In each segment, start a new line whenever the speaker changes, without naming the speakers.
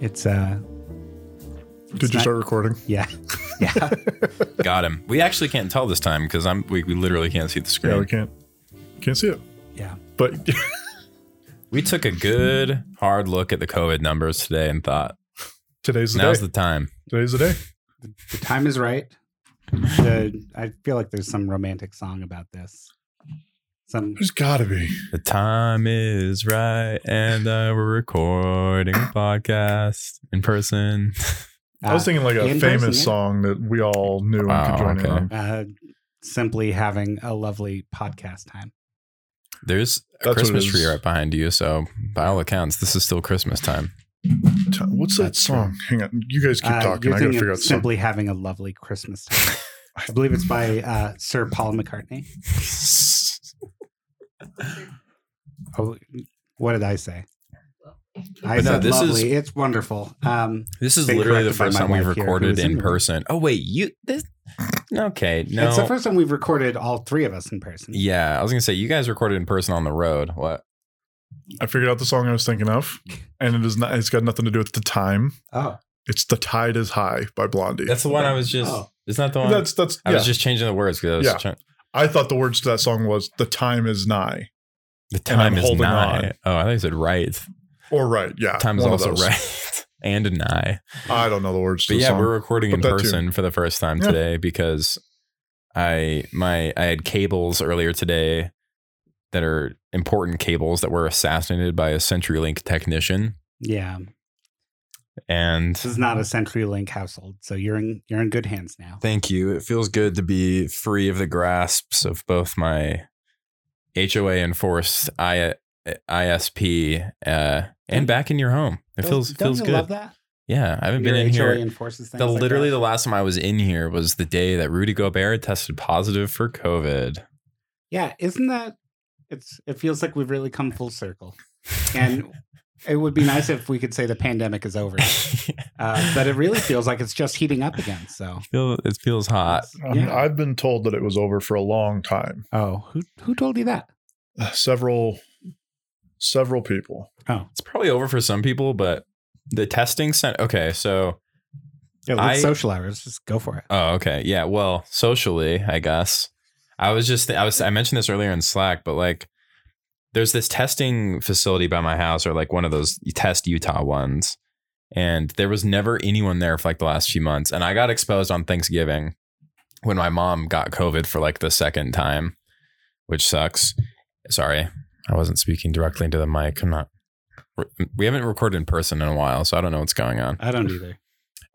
It's uh
Did you
not-
start recording?
yeah. Yeah.
Got him. We actually can't tell this time because I'm we, we literally can't see the screen.
Yeah, we
we,
can't can't see it.
yeah.
But
took a good hard look at the COVID numbers today and thought
today's the
now's
day.
the time.
today's the day.
The time is right. The, I feel like there's some romantic song about this. Some
There's gotta be.
The time is right, and uh, we're recording a podcast in person.
I was
uh,
thinking like a
in person,
famous
yeah.
song that we all knew and
Wow,
could join in
Oh, okay.
on.
uh simply having a lovely podcast time.
There's a
That's what it
Christmas
is.
tree right behind you, so by all accounts, this is still Christmas time.
T- What's that
That's
song? Hang on. You guys keep
Uh,
talking.
you're
I gotta
thinking
figure out something.
simply having a lovely Christmas time. I believe it's by uh, Sir Paul McCartney. Oh, what did I say? I
But no,
said
this is-
lovely. It's wonderful. Um,
This is
They
literally the
corrected by
first
my
time we've
wife here, who
recorded
was
in
in the room.
person. Oh wait, you this okay? No,
It's the first time we've recorded all three of us in person.
yeah, I was gonna say you guys recorded in person on the road. What?
I figured out the song I was thinking of, and it is not. It's got nothing to do with the time.
Oh,
It's "The Tide Is High" by Blondie.
That's the one I was just.
Oh.
It's not the one.
that's that's.
I
yeah.
was just changing the words because I was
Yeah.
trying.
I thought the words to that song was "The time is nigh"
The
I'm
time is
holding
nigh.
on.
Oh, I think I said right.
or right. Yeah,
Time is
one of
also
those.
right and nigh.
I don't know the words to
But
the
yeah,
song.
we're recording
But
in
that too.
person for the first time
Yeah.
today because I my I had cables earlier today that are important cables that were assassinated by a CenturyLink technician,
yeah.
and
This is not a CenturyLink household, so you're in you're in good hands now.
Thank you. It feels good to be free of the grasps of both my HOA enforced I, ISP uh, and back in your home. It
Don't-
feels
don't
feels
you
good.
Love that.
Yeah, I haven't
Your
been in
HOA
here.
enforces things
The,
like
literally,
that.
the last time I was in here was the day that Rudy Gobert tested positive for COVID.
yeah, isn't that? It's it feels like we've really come full circle, and it would be nice if we could say the pandemic is over, uh, but it really feels like it's just heating up again. So,
Feel- it feels hot.
Um,
yeah.
I've been told that it was over for a long time.
oh, who who told you that?
Uh, several, several people.
It's probably over for some people, but the testing sent. Okay, so
Yeah,
I-
let's social hours. Just go for it.
Oh, okay. Yeah. Well, socially, I guess. I was just I was I mentioned this earlier in Slack, but like there's this testing facility by my house or like one of those test Utah ones. And there was never anyone there for like the last few months. And I got exposed on Thanksgiving when my mom got COVID for like the second time, which sucks. Sorry. I wasn't speaking directly into the mic. I'm not we haven't recorded in person in a while, so I don't know what's going on.
I don't either.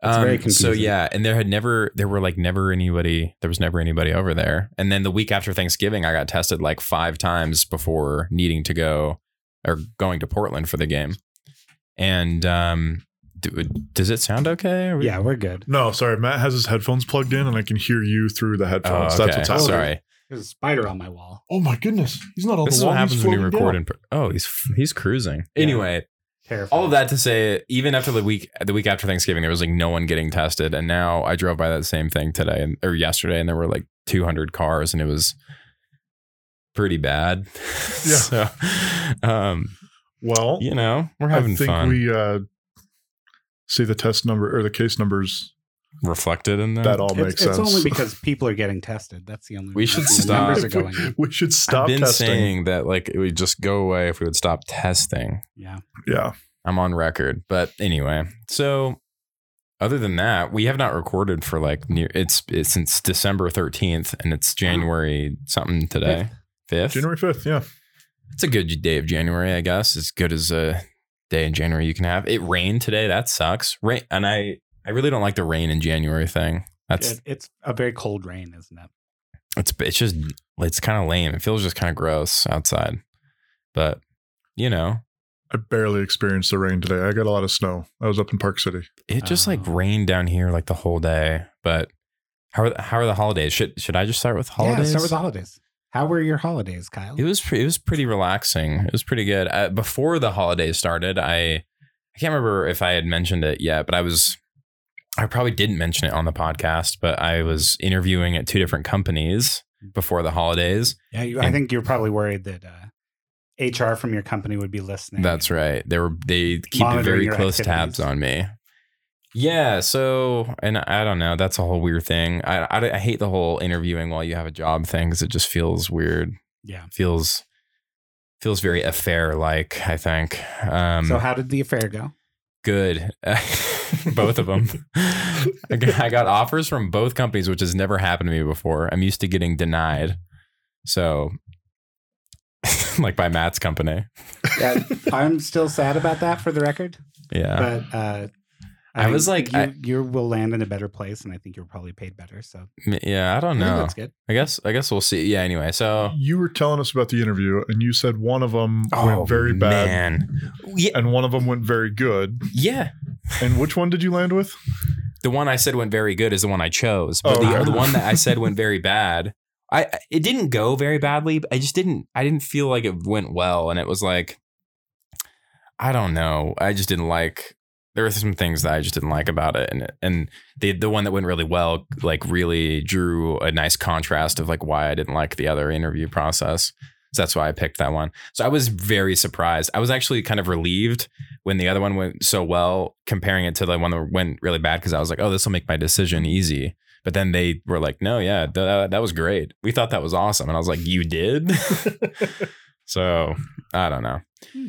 It's very
Um, So
confusing.
yeah, and there had never there were like never anybody there was never anybody over there. And then the week after Thanksgiving, I got tested like five times before needing to go or going to Portland for the game. And um, do, does it sound okay? Are we-
Yeah, we're good.
No, sorry. Matt has his headphones plugged in, and I can hear you through the
Oh,
headphones.
okay.
That's what's happening.
Sorry.
There's a spider on my wall.
Oh my goodness, he's not on
This
the
is
wall.
what
he's
happens when you
floating
record
down.
in. per- Oh, he's he's cruising.
Yeah.
Anyway,
Terrifying.
all of that to say, even after the week, the week after Thanksgiving, there was like no one getting tested, and now I drove by that same thing today and or yesterday, and there were like 200 cars, and it was pretty bad. so, um,
Well,
you know, we're
I
having
think
fun.
we uh, see the test number or the case numbers.
Reflected in there.
That all
It's,
makes
it's
sense.
only because people are getting tested. That's the only.
We should
reason the Numbers are
stop.
going. up.
we should
I've
stop
been
testing.
saying that like it would just go away if we would stop testing.
Yeah.
Yeah,
I'm on record. But anyway, so other than that, we have not recorded for like near it's it's since December 13th and it's January something today. 5th.
January fifth. Yeah,
It's a good day of January, I guess. As good as a day in January you can have. It rained today. That sucks. Rain and I I really don't like the rain in January thing. That's
It, it's a very cold rain, isn't it?
it's it's just it's kind of lame. It feels just kind of gross outside. But you know,
I barely experienced the rain today. I got a lot of snow. I was up in Park City.
It just like
Oh.
rained down here like the whole day. But how are the, how are the holidays? Should should I just start with holidays?
Yeah, start with the holidays. How were your holidays, Kyle?
it was pre- it was pretty relaxing. It was pretty good. Uh, before the holidays started, I I can't remember if I had mentioned it yet, but I was I probably didn't mention it on the podcast, but I was interviewing at two different companies before the holidays.
Yeah, you, I
And-
think you're probably worried that uh, HR from your company would be listening.
That's right. They were they keep
Monitoring
very
your
close
activities.
tabs on me. Yeah. So, and I don't know. That's a whole weird thing. I I, I hate the whole interviewing while you have a job thing because it just feels weird.
Yeah.
Feels feels very affair like. I think. Um,
so how did the affair go?
good. both of them. I got- I got offers from both companies, which has never happened to me before. I'm used to getting denied. So, like by Matt's company.
Yeah, I'm still sad about that for the record,
Yeah.
but uh,
I
think
was like-
you,
I-
you will land in a better place, and I think you're probably paid better. So
M- Yeah, I don't
I think
know.
that's good.
I guess I guess we'll see. Yeah. Anyway, so
You were telling us about the interview, and you said one of them
Oh,
went very bad,
Man. Yeah,
and one of them went very good.
yeah.
And which one did you land with?
The one I said went very good is the one I chose, but
Oh,
the,
okay.
the one that I said went very bad, I it didn't go very badly. But I just didn't. I didn't feel like it went well, and it was like, I don't know. I just didn't like. There were some things that I just didn't like about it, and and the the one that went really well, like really drew a nice contrast of like why I didn't like the other interview process. So that's why I picked that one. So I was very surprised. I was actually kind of relieved when the other one went so well, comparing it to the one that went really bad, because I was like, oh, this will make my decision easy. But then they were like, no, yeah, uh, that, that was great. We thought that was awesome. And I was like, you did? so I don't know.
Hmm.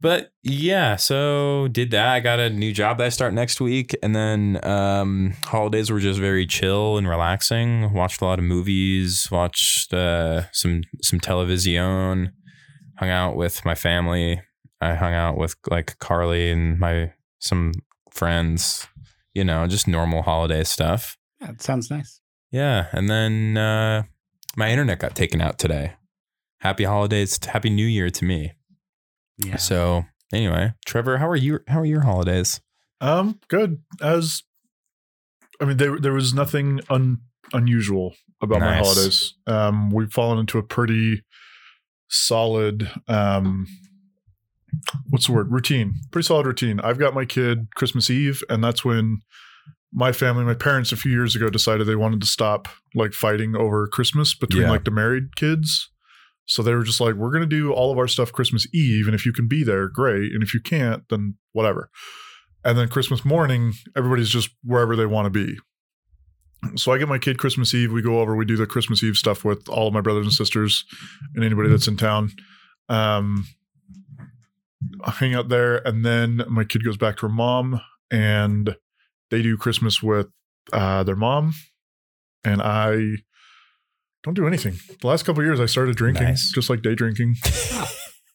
But yeah, so did that. I got a new job that I start next week. And then um, holidays were just very chill and relaxing. Watched a lot of movies, watched uh, some some television, hung out with my family. I hung out with like Carly and my some friends, you know, just normal holiday stuff.
Yeah, it sounds nice.
Yeah, and then uh, my internet got taken out today. Happy holidays, happy New Year to me.
Yeah.
So anyway, Trevor, how are you? How are your holidays?
Um, good. As I mean, there there was nothing un, unusual about my
Nice.
holidays. Um, we've fallen into a pretty solid um, what's the word routine. Pretty solid routine. I've got my kid Christmas Eve, and that's when my family, my parents, a few years ago decided they wanted to stop like fighting over Christmas between
Yeah.
like the married kids. So they were just like, we're going to do all of our stuff Christmas Eve. And if you can be there, great. And if you can't, then whatever. And then Christmas morning, everybody's just wherever they want to be. So I get my kid Christmas Eve. We go over, we do the Christmas Eve stuff with all of my brothers and sisters and anybody that's in town. Um, I hang out there. And then my kid goes back to her mom and they do Christmas with uh, their mom. And I don't do anything. The last couple of years, I started drinking,
Nice.
just like day drinking,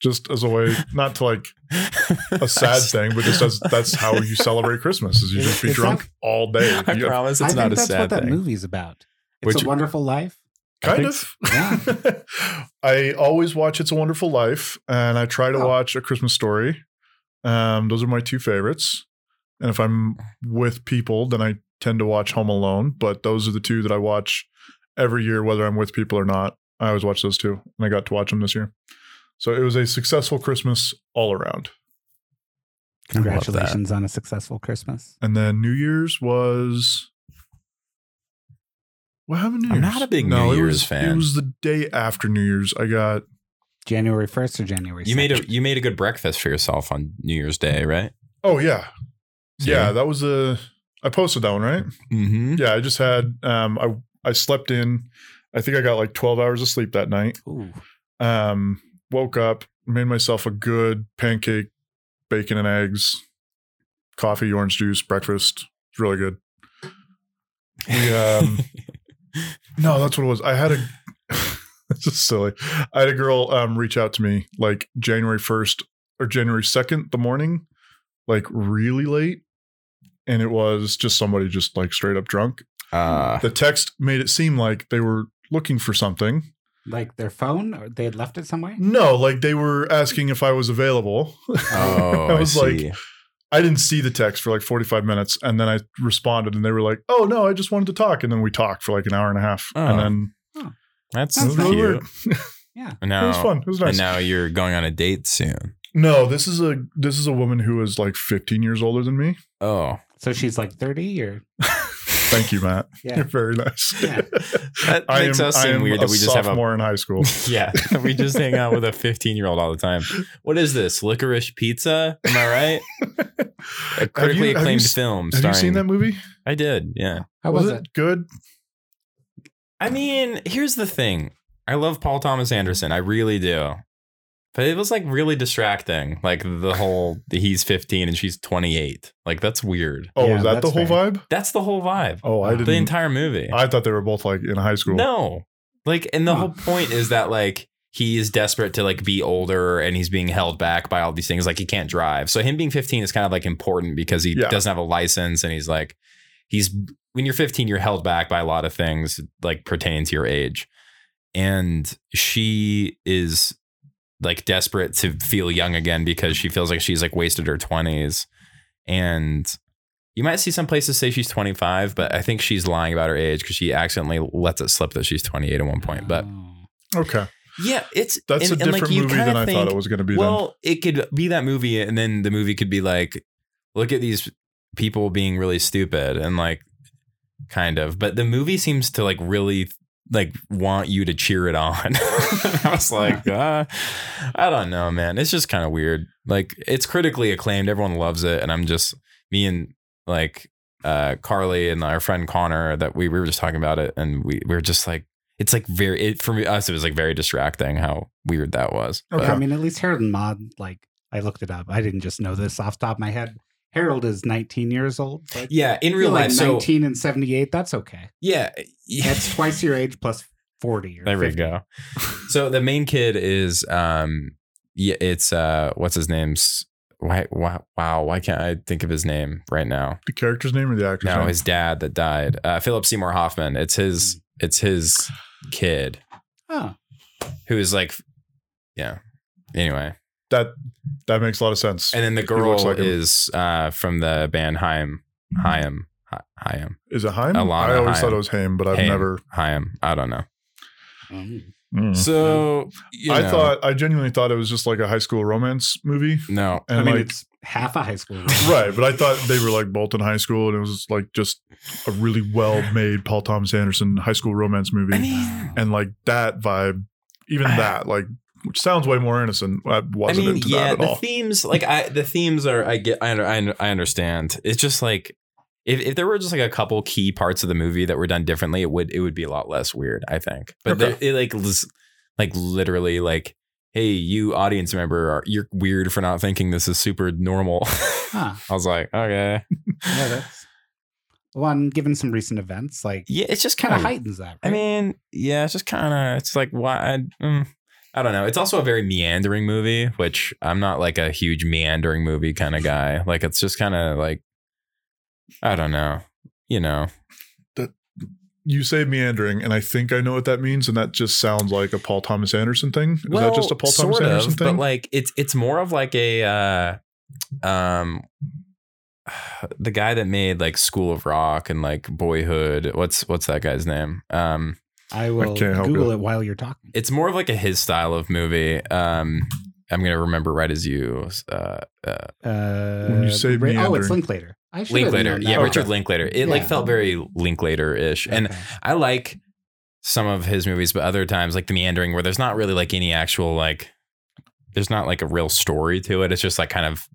just as a way, not to like a sad thing, but just as that's how you celebrate Christmas is you
It-
just be
it's
drunk
not-
all day.
I
You-
promise
I
it's
think
not a
that's
sad
what that
thing.
movie's about. It's
Which-
a Wonderful Life.
kind
I
of. I always watch It's a Wonderful Life, and I try to
Oh.
watch A Christmas Story. Um, those are my two favorites. And if I'm with people, then I tend to watch Home Alone. But those are the two that I watch every year, whether I'm with people or not. I always watch those two, and I got to watch them this year. So it was a successful Christmas all around.
Congratulations on a successful Christmas.
And then New Year's was. What happened? New
I'm
Year's?
not a big New
it
Year's
was- It
fan.
was the day after New Year's. I got
January 1st or January 2nd?
You made a you made a good breakfast for yourself on New Year's Day,
Mm-hmm.
right?
Oh yeah.
So-
Yeah, that was a I posted that one, right?
Mm-hmm.
Yeah, I just had um I I slept in. I think I got like 12 hours of sleep that night.
Ooh.
Um woke up, made myself a good pancake, bacon and eggs, coffee, orange juice, breakfast. It's really good. We, um, No, that's what it was. I had a this is silly. I had a girl um reach out to me like January 1st or January 2nd the morning, like really late. And it was just somebody just like straight up drunk.
uh,
The text made it seem like they were looking for something.
Like their phone? Or they had left it somewhere?
Mm.
No, like they were asking if I was available.
oh,
I was like,
see.
I didn't see the text for like 45 minutes. And then I responded and they were like, oh no, I just wanted to talk. And then we talked for like an hour and a half.
Oh.
And then
that's,
That's
cute. Oh.
really
weird.
Now,
it was fun. It was nice.
And now you're going on a date soon.
No, this is a this is a woman who is like 15 years older than me.
Oh,
So she's like 30 or
Thank you, Matt.
Yeah.
You're very nice.
Yeah.
That makes us seem weird
a
that we just have a-
sophomore in high school.
yeah, we just hang out with a 15 year old all the time. What is this? Licorice Pizza? Am I right? A
Have you-
critically
have you
acclaimed
s-
film.
Have you seen
starring-
that movie?
I did. Yeah.
How was, it?
good?
I mean, here's the thing. I love Paul Thomas Anderson. I really do. But it was like really distracting. Like the whole he's 15 and she's 28. Like that's weird.
Oh,
Yeah,
is that the
that's
whole
fair.
vibe?
That's the whole vibe.
Oh, I
The
didn't.
the entire movie.
I thought they were both like in high school.
No. Like, and the
Huh.
whole point is that like he is desperate to like be older and he's being held back by all these things. Like he can't drive. So him being 15 is kind of like important because he
Yeah.
doesn't have a license and he's like he's when you're 15, you're held back by a lot of things like pertaining to your age. And she is like desperate to feel young again because she feels like she's like wasted her 20s. And you might see some places say she's 25, but I think she's lying about her age because she accidentally lets it slip that she's 28 at one point. But
Oh.
Okay.
yeah, it's
Mm. That's
and-
a
and,
different
you
movie
kinda
than I
think-
thought it was going to be.
Well, it could be that movie, and then the movie could be like, look at these people being really stupid and like kind of. But the movie seems to like really like want you to cheer it on. I was like, uh, I don't know, man. It's just kind of weird. Like it's critically acclaimed. Everyone loves it. And I'm just me and like uh Carly and our friend Connor that we, we were just talking about it and we, we were just like it's like very it for me us it was like very distracting how weird that was. But-
I mean, at least Harold and Maude, like, I looked it up. I didn't just know this off the top of my head. Harold is 19 years old. but
Yeah, in
you're
real
like
life. So
19 and 78. That's okay.
yeah, yeah.
That's twice your age plus 40. Or
There we
50.
go. So the main kid is um, yeah, it's uh, what's his name's? Why, why, wow, why can't I think of his name right now?
the character's name or the actor's
No,
name?
his dad that died, uh, Philip Seymour Hoffman. It's his,
Hmm.
it's his kid
Oh,
who is like, yeah. Anyway,
that that makes a lot of sense.
and then the
He
girl
looks like him. Hmm.
is uh, from the band Haim, Haim, Hi- Haim,
Is it Haim?
Alana
I always
Haim.
thought it was Haim, but I've
Haim.
never.
Haim. I don't know.
Mm.
Mm.
So you
I
know,
thought I genuinely thought it was just like a high school romance movie,
no.
and
I mean,
like
it's half a high school.
right. But I thought they were like both in high school, and it was like just a really well made Paul Thomas Anderson high school romance movie,
I mean,
and like that vibe, even that like which sounds way more innocent. I wasn't into that at
the
all.
themes like I the themes are I get I under- I, under- I understand. It's just like if, if there were just like a couple key parts of the movie that were done differently, it would it would be a lot less weird, I think. But
Okay.
there- it like lis- like literally like hey, you audience member are you're weird for not thinking this is super normal.
Huh.
I was like, okay.
Yeah, that's one. Given some recent events, like
Yeah, it's just
kind of
height.
heightens that.
I
right?
mean, yeah, it's just kind of it's like why I, mm, I don't know. It's also a very meandering movie, which I'm not like a huge meandering movie kind of guy. Like it's just kind of like I don't know, you know.
you say meandering, and I think I know what that means, and that just sounds like a Paul Thomas Anderson thing. Is that just a Paul Thomas Anderson
but
thing?
like it's it's more of like a uh, um the guy that made like School of Rock and like Boyhood. What's what's that guy's name? Um
I will
can't help
Google
it.
it. while you're talking.
it's more of like a his style of movie. Um, I'm gonna remember right as you, uh, uh,
Uh,
When you say
oh,
meandering.
it's Linklater. I should have
Linklater.
known that.
Yeah,
Okay.
Richard Linklater. It like
Yeah.
felt very Linklater ish, and
Okay.
I like some of his movies, but other times like the meandering where there's not really like any actual like there's not like a real story to it. It's just like kind of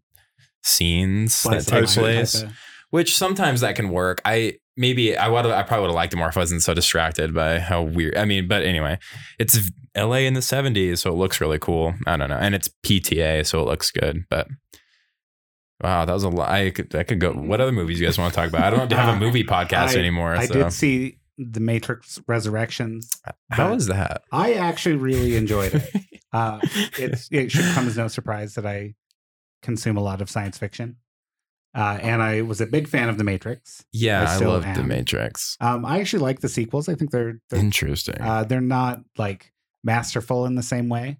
scenes
Slice
that
of life
take
see.
place
type of-
which sometimes that can work. I maybe I would I probably would have liked it more if I wasn't so distracted by how weird. I mean, but anyway, it's LA in the 70s, so it looks really cool. I don't know, and it's PTA, so it looks good. But wow, that was a lot. I could I could go. What other movies you guys want to talk about? I don't have a movie podcast
I-
anymore.
I
so
did see the Matrix Resurrections.
how is that?
I actually really enjoyed it. Uh, it's, it should come as no surprise that I consume a lot of science fiction, uh, and I was a big fan of the Matrix.
yeah,
I
I,
still
loved The
am.
Matrix.
Um, I actually like the sequels. I think they're they're
Interesting.
uh, they're not like masterful in the same way,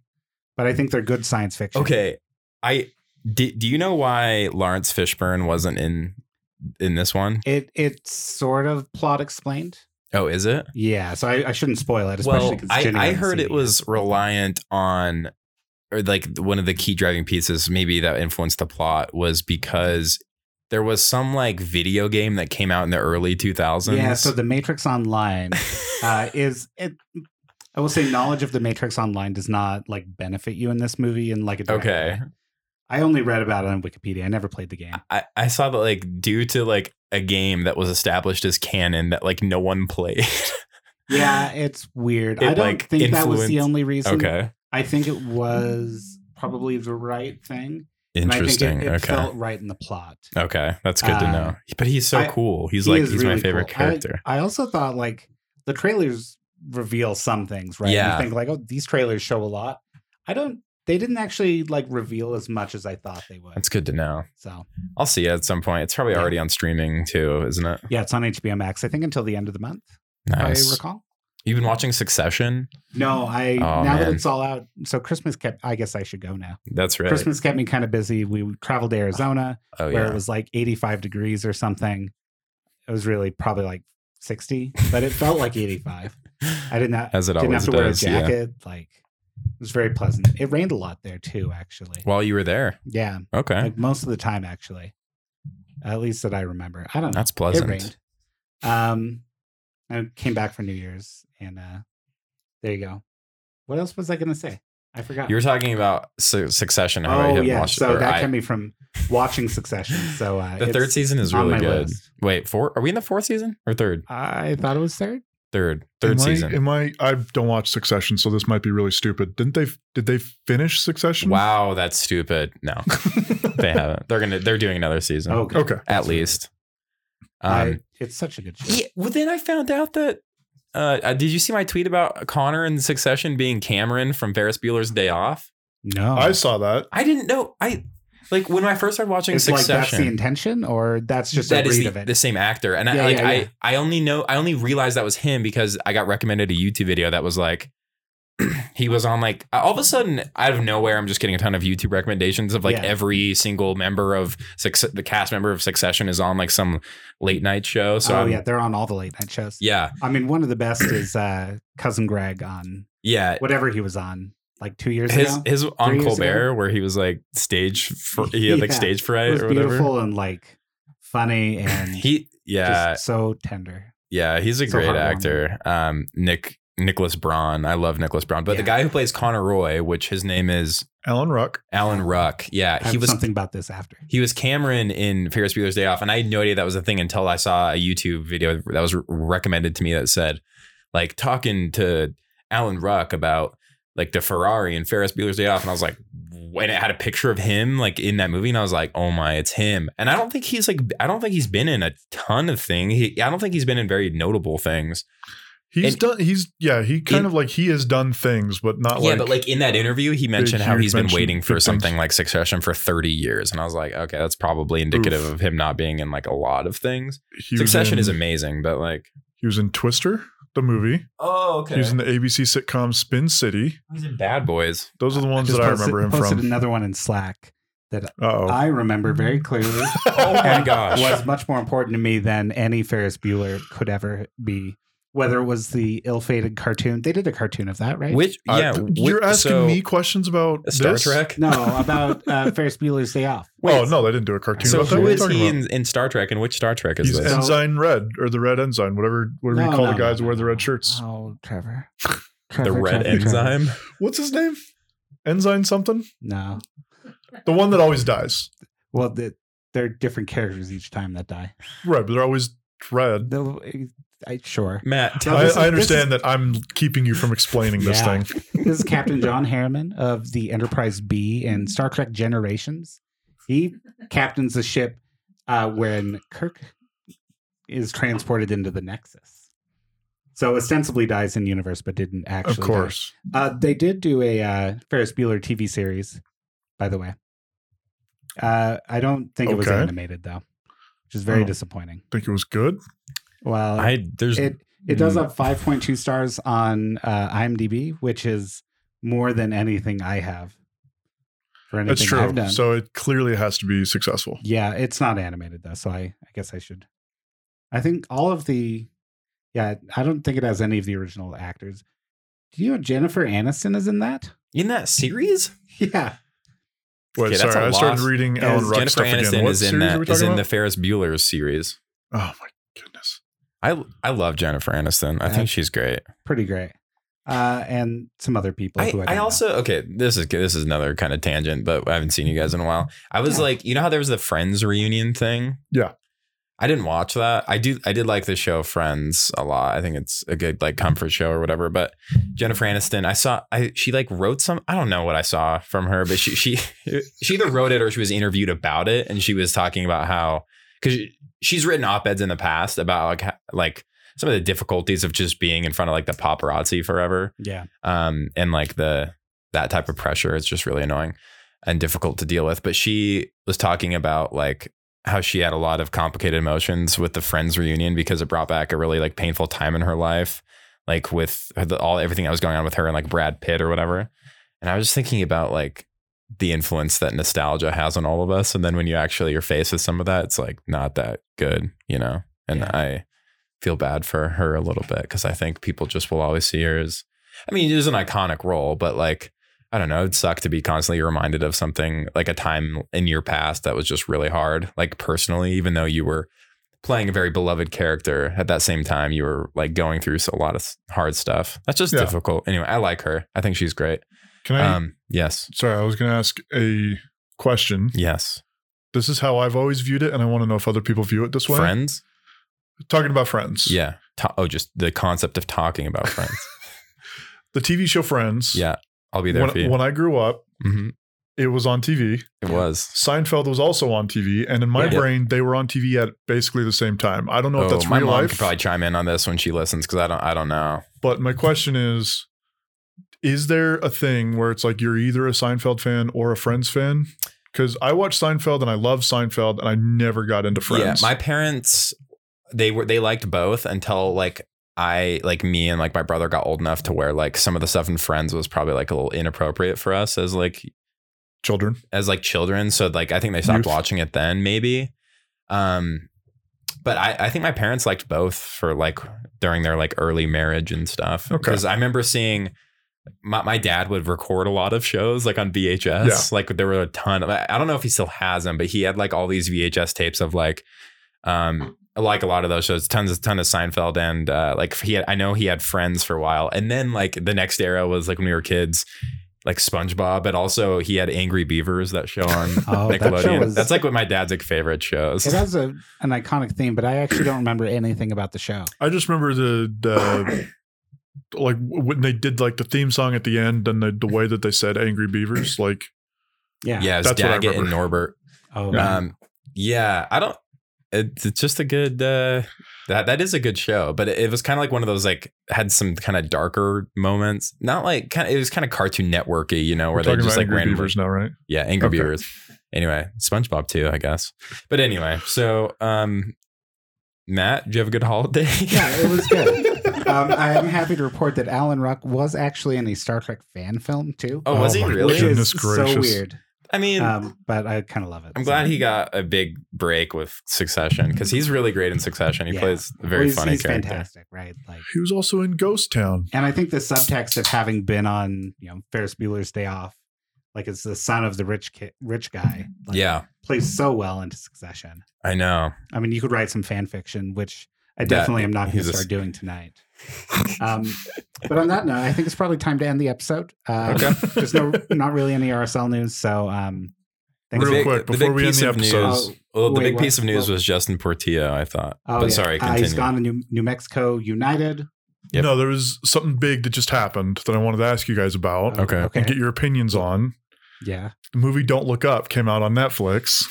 but I think they're good science fiction.
okay, I do, do you know why Lawrence Fishburne wasn't in in this one?
It it's sort of plot explained.
Oh, is it?
Yeah, so I, I shouldn't spoil it. Especially
well,
'cause
I,
Jenny
I
hasn't
heard
seen
it was reliant on, or like one of the key driving pieces, maybe that influenced the plot was because there was some like video game that came out in the early 2000s.
Yeah, so the Matrix Online uh, is it. I will say, knowledge of the Matrix Online does not like benefit you in this movie in like a direct
Okay.
way. I only read about it on Wikipedia. I never played the game.
I, I saw that like due to like a game that was established as canon that like no one played.
Yeah, it's weird.
It,
I don't
like,
think that was the
influenced-
only reason.
okay.
I think it was probably the right thing. And I
Interesting.
think it, it
okay.
felt right in the plot.
okay. That's good to
Uh,
know. But he's so
I-
cool. He's
He
like
is
he's my
really
favorite
cool. I-
character.
I, also thought like the trailers reveal some things, right?
Yeah.
You think like, oh, these trailers show a lot. I don't. They didn't actually like reveal as much as I thought they would.
That's good to know.
So
I'll see it at some point. It's probably
Yeah.
already on streaming too, isn't it?
yeah, it's on HBO Max. I think until the end of the month. If I
Nice.
recall.
You've been watching Succession?
No, I now
Oh, man.
that it's all out. So Christmas kept. I guess I should go now.
That's right.
Christmas kept me kind of busy. We traveled to Arizona
oh
where it
yeah.
was like 85 degrees or something. It was really probably like 60, but it felt like 85. I did not
As it
didn't have
always
to wear a
does. Yeah.
jacket. Like it was very pleasant. It rained a lot there too, actually.
While you were there.
Yeah,
Okay.
like most of the time, actually. At least that I remember. I don't know.
That's
It
pleasant.
rained. Um, I came back for New Year's, and uh there you go. What else was I going to say? I forgot.
You were talking about su- Succession. How I
oh
haven't
yeah,
watched it,
so
or
that
I-
can be from watching Succession. So uh,
the third
it's
season is
on
really
my
good.
list.
Wait, four? Are we in the fourth season or third?
I thought it was third.
Third, third
am I-
season.
am I? I don't watch Succession, so this might be really stupid. Didn't they? Did they finish Succession?
wow, that's stupid. No, they haven't. They're gonna. They're doing another season.
Oh, good.
Okay.
at least.
I-
Um,
it's such a good show.
yeah. Well, then I found out that. Uh, uh, did you see my tweet about Connor and Succession being Cameron from Ferris Bueller's Day Off?
No,
I saw that.
I didn't know. I like when I first started watching
it's like that's
Succession.
the intention, or that's just
that
a
is
read
the,
of it.
the same actor. And
Yeah,
I like
yeah, yeah.
I I only know I only realized that was him because I got recommended a YouTube video that was like he was on like all of a sudden out of nowhere I'm just getting a ton of YouTube recommendations of like
Yeah.
every single member of success the cast member of Succession is on like some late night show. So
oh
I'm-
yeah, they're on all the late night shows.
yeah.
I mean, one of the best is uh, cousin Greg on
Yeah.
whatever he was on, like two years
Eh, His
ago.
his on
years ago?
Colbert where he was like stage for he had like
Yeah.
stage
It
fright
was
or whatever.
beautiful and like funny and
He uh, yeah.
just so tender.
Yeah, he's a
So
great
heartwarming.
actor. Um, Nick Nicholas Braun. I love Nicholas Braun. But the
Yeah.
guy who plays Connor Roy, which his name is
Alan Ruck.
Alan Ruck.
I
Yeah,
have
he was
something about this after.
he was Cameron in Ferris Bueller's Day Off, and I had no idea that was a thing until I saw a YouTube video that was recommended to me that said, like, talking to Alan Ruck about like the Ferrari and Ferris Bueller's Day Off, and I was like, when it had a picture of him like in that movie, and I was like, oh my, it's him. And I don't think he's like, I don't think he's been in a ton of things. He, I don't think he's been in very notable things.
He's
And-
done. He's yeah. He kind
In-
of like he has done things, but not
yeah,
like.
but like in that interview, he mentioned how
huge
he's been
mention-
waiting
big
for
things.
something like Succession for 30 years. And I was like, okay, that's probably indicative
Oof.
of him not being in like a lot of things.
he was
Succession
in-
is amazing, but like,
He was in Twister, the movie.
oh, okay.
He was in the ABC sitcom Spin City.
Bad Boys.
Those are the ones
Just
that I
posted-
remember him
posted
from.
another one in Slack that
Oh,
I remember very clearly.
Oh my
And
gosh.
was much more important to me than any Ferris Bueller could ever be. Whether it was the ill-fated cartoon, they did a cartoon of that, right?
Which, yeah.
Uh, you're
whi-
asking
so- uh,
me questions about
Star
this?
Trek?
No, about uh, Ferris Bueller's Day Off.
oh no, they didn't do a cartoon.
So
about that.
who
What are you
is
talking
he
about?
in, in Star Trek and which Star Trek is
He's
this?
en-
Ensign Red or the Red Ensign, whatever whatever
No,
you call
no,
the guys
no,
who wear the
no,
red
no.
shirts.
Oh, Trevor.
the
Trevor,
Red
Trevor, Trevor.
Enzyme?
What's his name? Ensign something?
No.
The one that always dies.
Well, the, they're different characters each time that die.
Right, but they're always red.
The- I, sure.
Matt, tell
I,
this is-
I understand that I'm keeping you from explaining this
Yeah.
thing.
This is Captain John Harriman of the Enterprise B in Star Trek Generations. He captains the ship uh, when Kirk is transported into the Nexus. So ostensibly dies in universe, but didn't actually.
Of
die.
course.
Uh, they did do a uh, Ferris Bueller TV series, by the way. Uh, I don't think it was
Okay.
animated though, which is very
Oh.
disappointing.
Think it was good.
Well,
I, there's,
it it
Hmm.
does
Mm.
have 5.2 stars on uh, IMDb, which is more than anything I have for anything
That's true.
I've done.
So it clearly has to be successful.
yeah, it's not animated though, so I I guess I should. I think all of the, yeah, I don't think it has any of the original actors. Do you know Jennifer Aniston is in that?
in that series?
Yeah,
Wait,
Okay, that's
sorry,
a
I started
loss.
reading
Yes.
Alan Ruck
Jennifer
stuff again.
Aniston
What
is in
series are we
that is
talking
in the
about?
Ferris Bueller series.
Oh my goodness.
I I love Jennifer Aniston. I
Uh,
think she's great.
Pretty great. Uh, and some other people.
I,
who I,
I
don't know.
also okay. This is this is another kind of tangent, but I haven't seen you guys in a while. I was
Yeah.
like, you know how there was the Friends reunion thing?
Yeah.
I didn't watch that. I do. I did like the show Friends a lot. I think it's a good like comfort show or whatever. But Jennifer Aniston, I saw. I she like wrote some. I don't know what I saw from her, but she she she either wrote it or she was interviewed about it, and she was talking about how because she's written op eds in the past about like ha- like some of the difficulties of just being in front of like the paparazzi forever
Yeah.
um, and like the that type of pressure is just really annoying and difficult to deal with. But she was talking about like how she had a lot of complicated emotions with the Friends reunion because it brought back a really like painful time in her life, like with her- the, all everything that was going on with her and like Brad Pitt or whatever. And I was just thinking about like the influence that nostalgia has on all of us, and then when you actually are faced with some of that, it's like not that good, you know. And
Yeah.
I feel bad for her a little bit because I think people just will always see her as I mean, it is an iconic role, but like, I don't know, it'd suck to be constantly reminded of something like a time in your past that was just really hard, like personally, even though you were playing a very beloved character at that same time, you were like going through a lot of s- hard stuff. That's just
Yeah.
difficult. Anyway, I like her. I think she's great.
Can I?
Um, yes.
sorry, I was going to ask a question.
Yes.
This is how I've always viewed it, and I want to know if other people view it this way.
Friends?
Talking about Friends.
Yeah. Ta- oh, just the concept of talking about friends.
The TV show Friends.
yeah. I'll be there for you.
When, when I grew up,
hmm
it was on TV.
It was.
Seinfeld was also on TV, and in my
Yeah.
brain, they were on TV at basically the same time. I don't know
oh,
if that's
my
real
mom
life,
could probably chime in on this when she listens because I don't. I don't know.
but my question is. Is there a thing where it's like you're either a Seinfeld fan or a Friends fan? Because I watched Seinfeld and I love Seinfeld and I never got into Friends.
Yeah, my parents they were they liked both until like I like me and like my brother got old enough to where like some of the stuff in Friends was probably like a little inappropriate for us as like
Children.
as like children. So like I think they stopped
Youth.
watching it then maybe. Um but I, I think my parents liked both for like during their like early marriage and stuff.
Okay.
Because I remember seeing my, my dad would record a lot of shows like on VHS.
Yeah.
Like there were a ton of I I don't know if he still has them, but he had like all these VHS tapes of like um like a lot of those shows, tons of ton of Seinfeld and uh like he had I know he had friends for a while. And then like the next era was like when we were kids, like SpongeBob, but also he had Angry Beavers, that show on
Oh, that show
Nickelodeon.
was-
That's like what my dad's like favorite shows.
It has a, an iconic theme, but I actually don't remember anything about the show.
I just remember the, the like when they did like the theme song at the end and the, the way that they said "Angry Beavers." Like,
Yeah.
Yeah, it was
That's what I
Daggett and
remember.
Norbert.
Oh, man.
Um, yeah, I don't. It, it's just a good. Uh, that that is a good show, but it, it was kind of like one of those like had some kind of darker moments. Not like kind of it was kind of Cartoon Networky, you know,
we're
where they
talking
just
about
like
Angry
randomly
Beavers now, right?
Yeah, Angry
Okay.
Beavers. Anyway, SpongeBob too, I guess. But anyway, so um, Matt, did you have a good holiday?
Yeah, it was good. um, I am happy to report that Alan Ruck was actually in a Star Trek fan film too.
Oh, was he
my
Which
really?
is
Goodness
so
gracious.
weird,
I mean,
um, but I kind of love it.
I'm
so.
glad he got a big break with Succession because he's really great in Succession. He
Yeah.
plays a
Well,
very
he's,
funny
he's
character.
fantastic, right? Like,
He was also in Ghost Town.
and I think the subtext of having been on, you know, Ferris Bueller's Day Off, like it's the son of the rich kid, rich guy. Like,
Yeah,
plays so well into Succession.
I know.
I mean, you could write some fan fiction, which I
That-
definitely am not going
he's
to
a-
start doing tonight.
Uh,
Um, but on that note, I think it's probably time to end the episode. Um,
Okay.
There's no, not really any RSL news, so um, thanks.
Real
The big-
quick,
the
before
big
we end
piece
the
of
episode-
news- well, the
Oh, wait,
big
what-
piece of news
what-
was Justin Portillo. I thought,
Oh,
but
yeah.
sorry,
Ah,
Uh,
continue.
he's gone to New, New Mexico United.
Yep.
No, there was something big that just happened that I wanted to ask you guys about
Okay.
and get your opinions on.
Yeah,
The movie Don't Look Up came out on Netflix.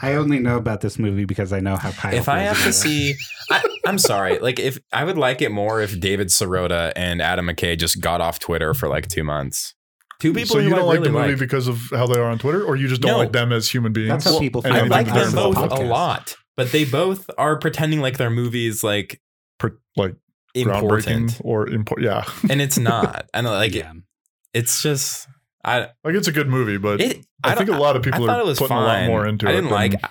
I only know about this movie because I know how Kyle.
if I
feels
have
about
to
it.
see, I, I'm sorry. Like, if I would like it more if David Sirota and Adam McKay just got off Twitter for like two months. Two people
so
who
you
I
don't like
really
the movie
like.
because of how they are on Twitter, or you just don't
No.
like them as human beings?
That's how
Well,
people feel
anything
I like
that they're
them
Darren Ball
both
involved
a
podcast.
lot, but they both are pretending like their movies like
in? Per- like
important,
groundbreaking or important. Yeah,
and it's not. And like,
yeah.
it's just I.
like it's a good movie, but
It, I,
I, think a
don't-
lot of
I
people
thought
are
it was
putting
fine.
a lot more into
I
it.
didn't like.
than-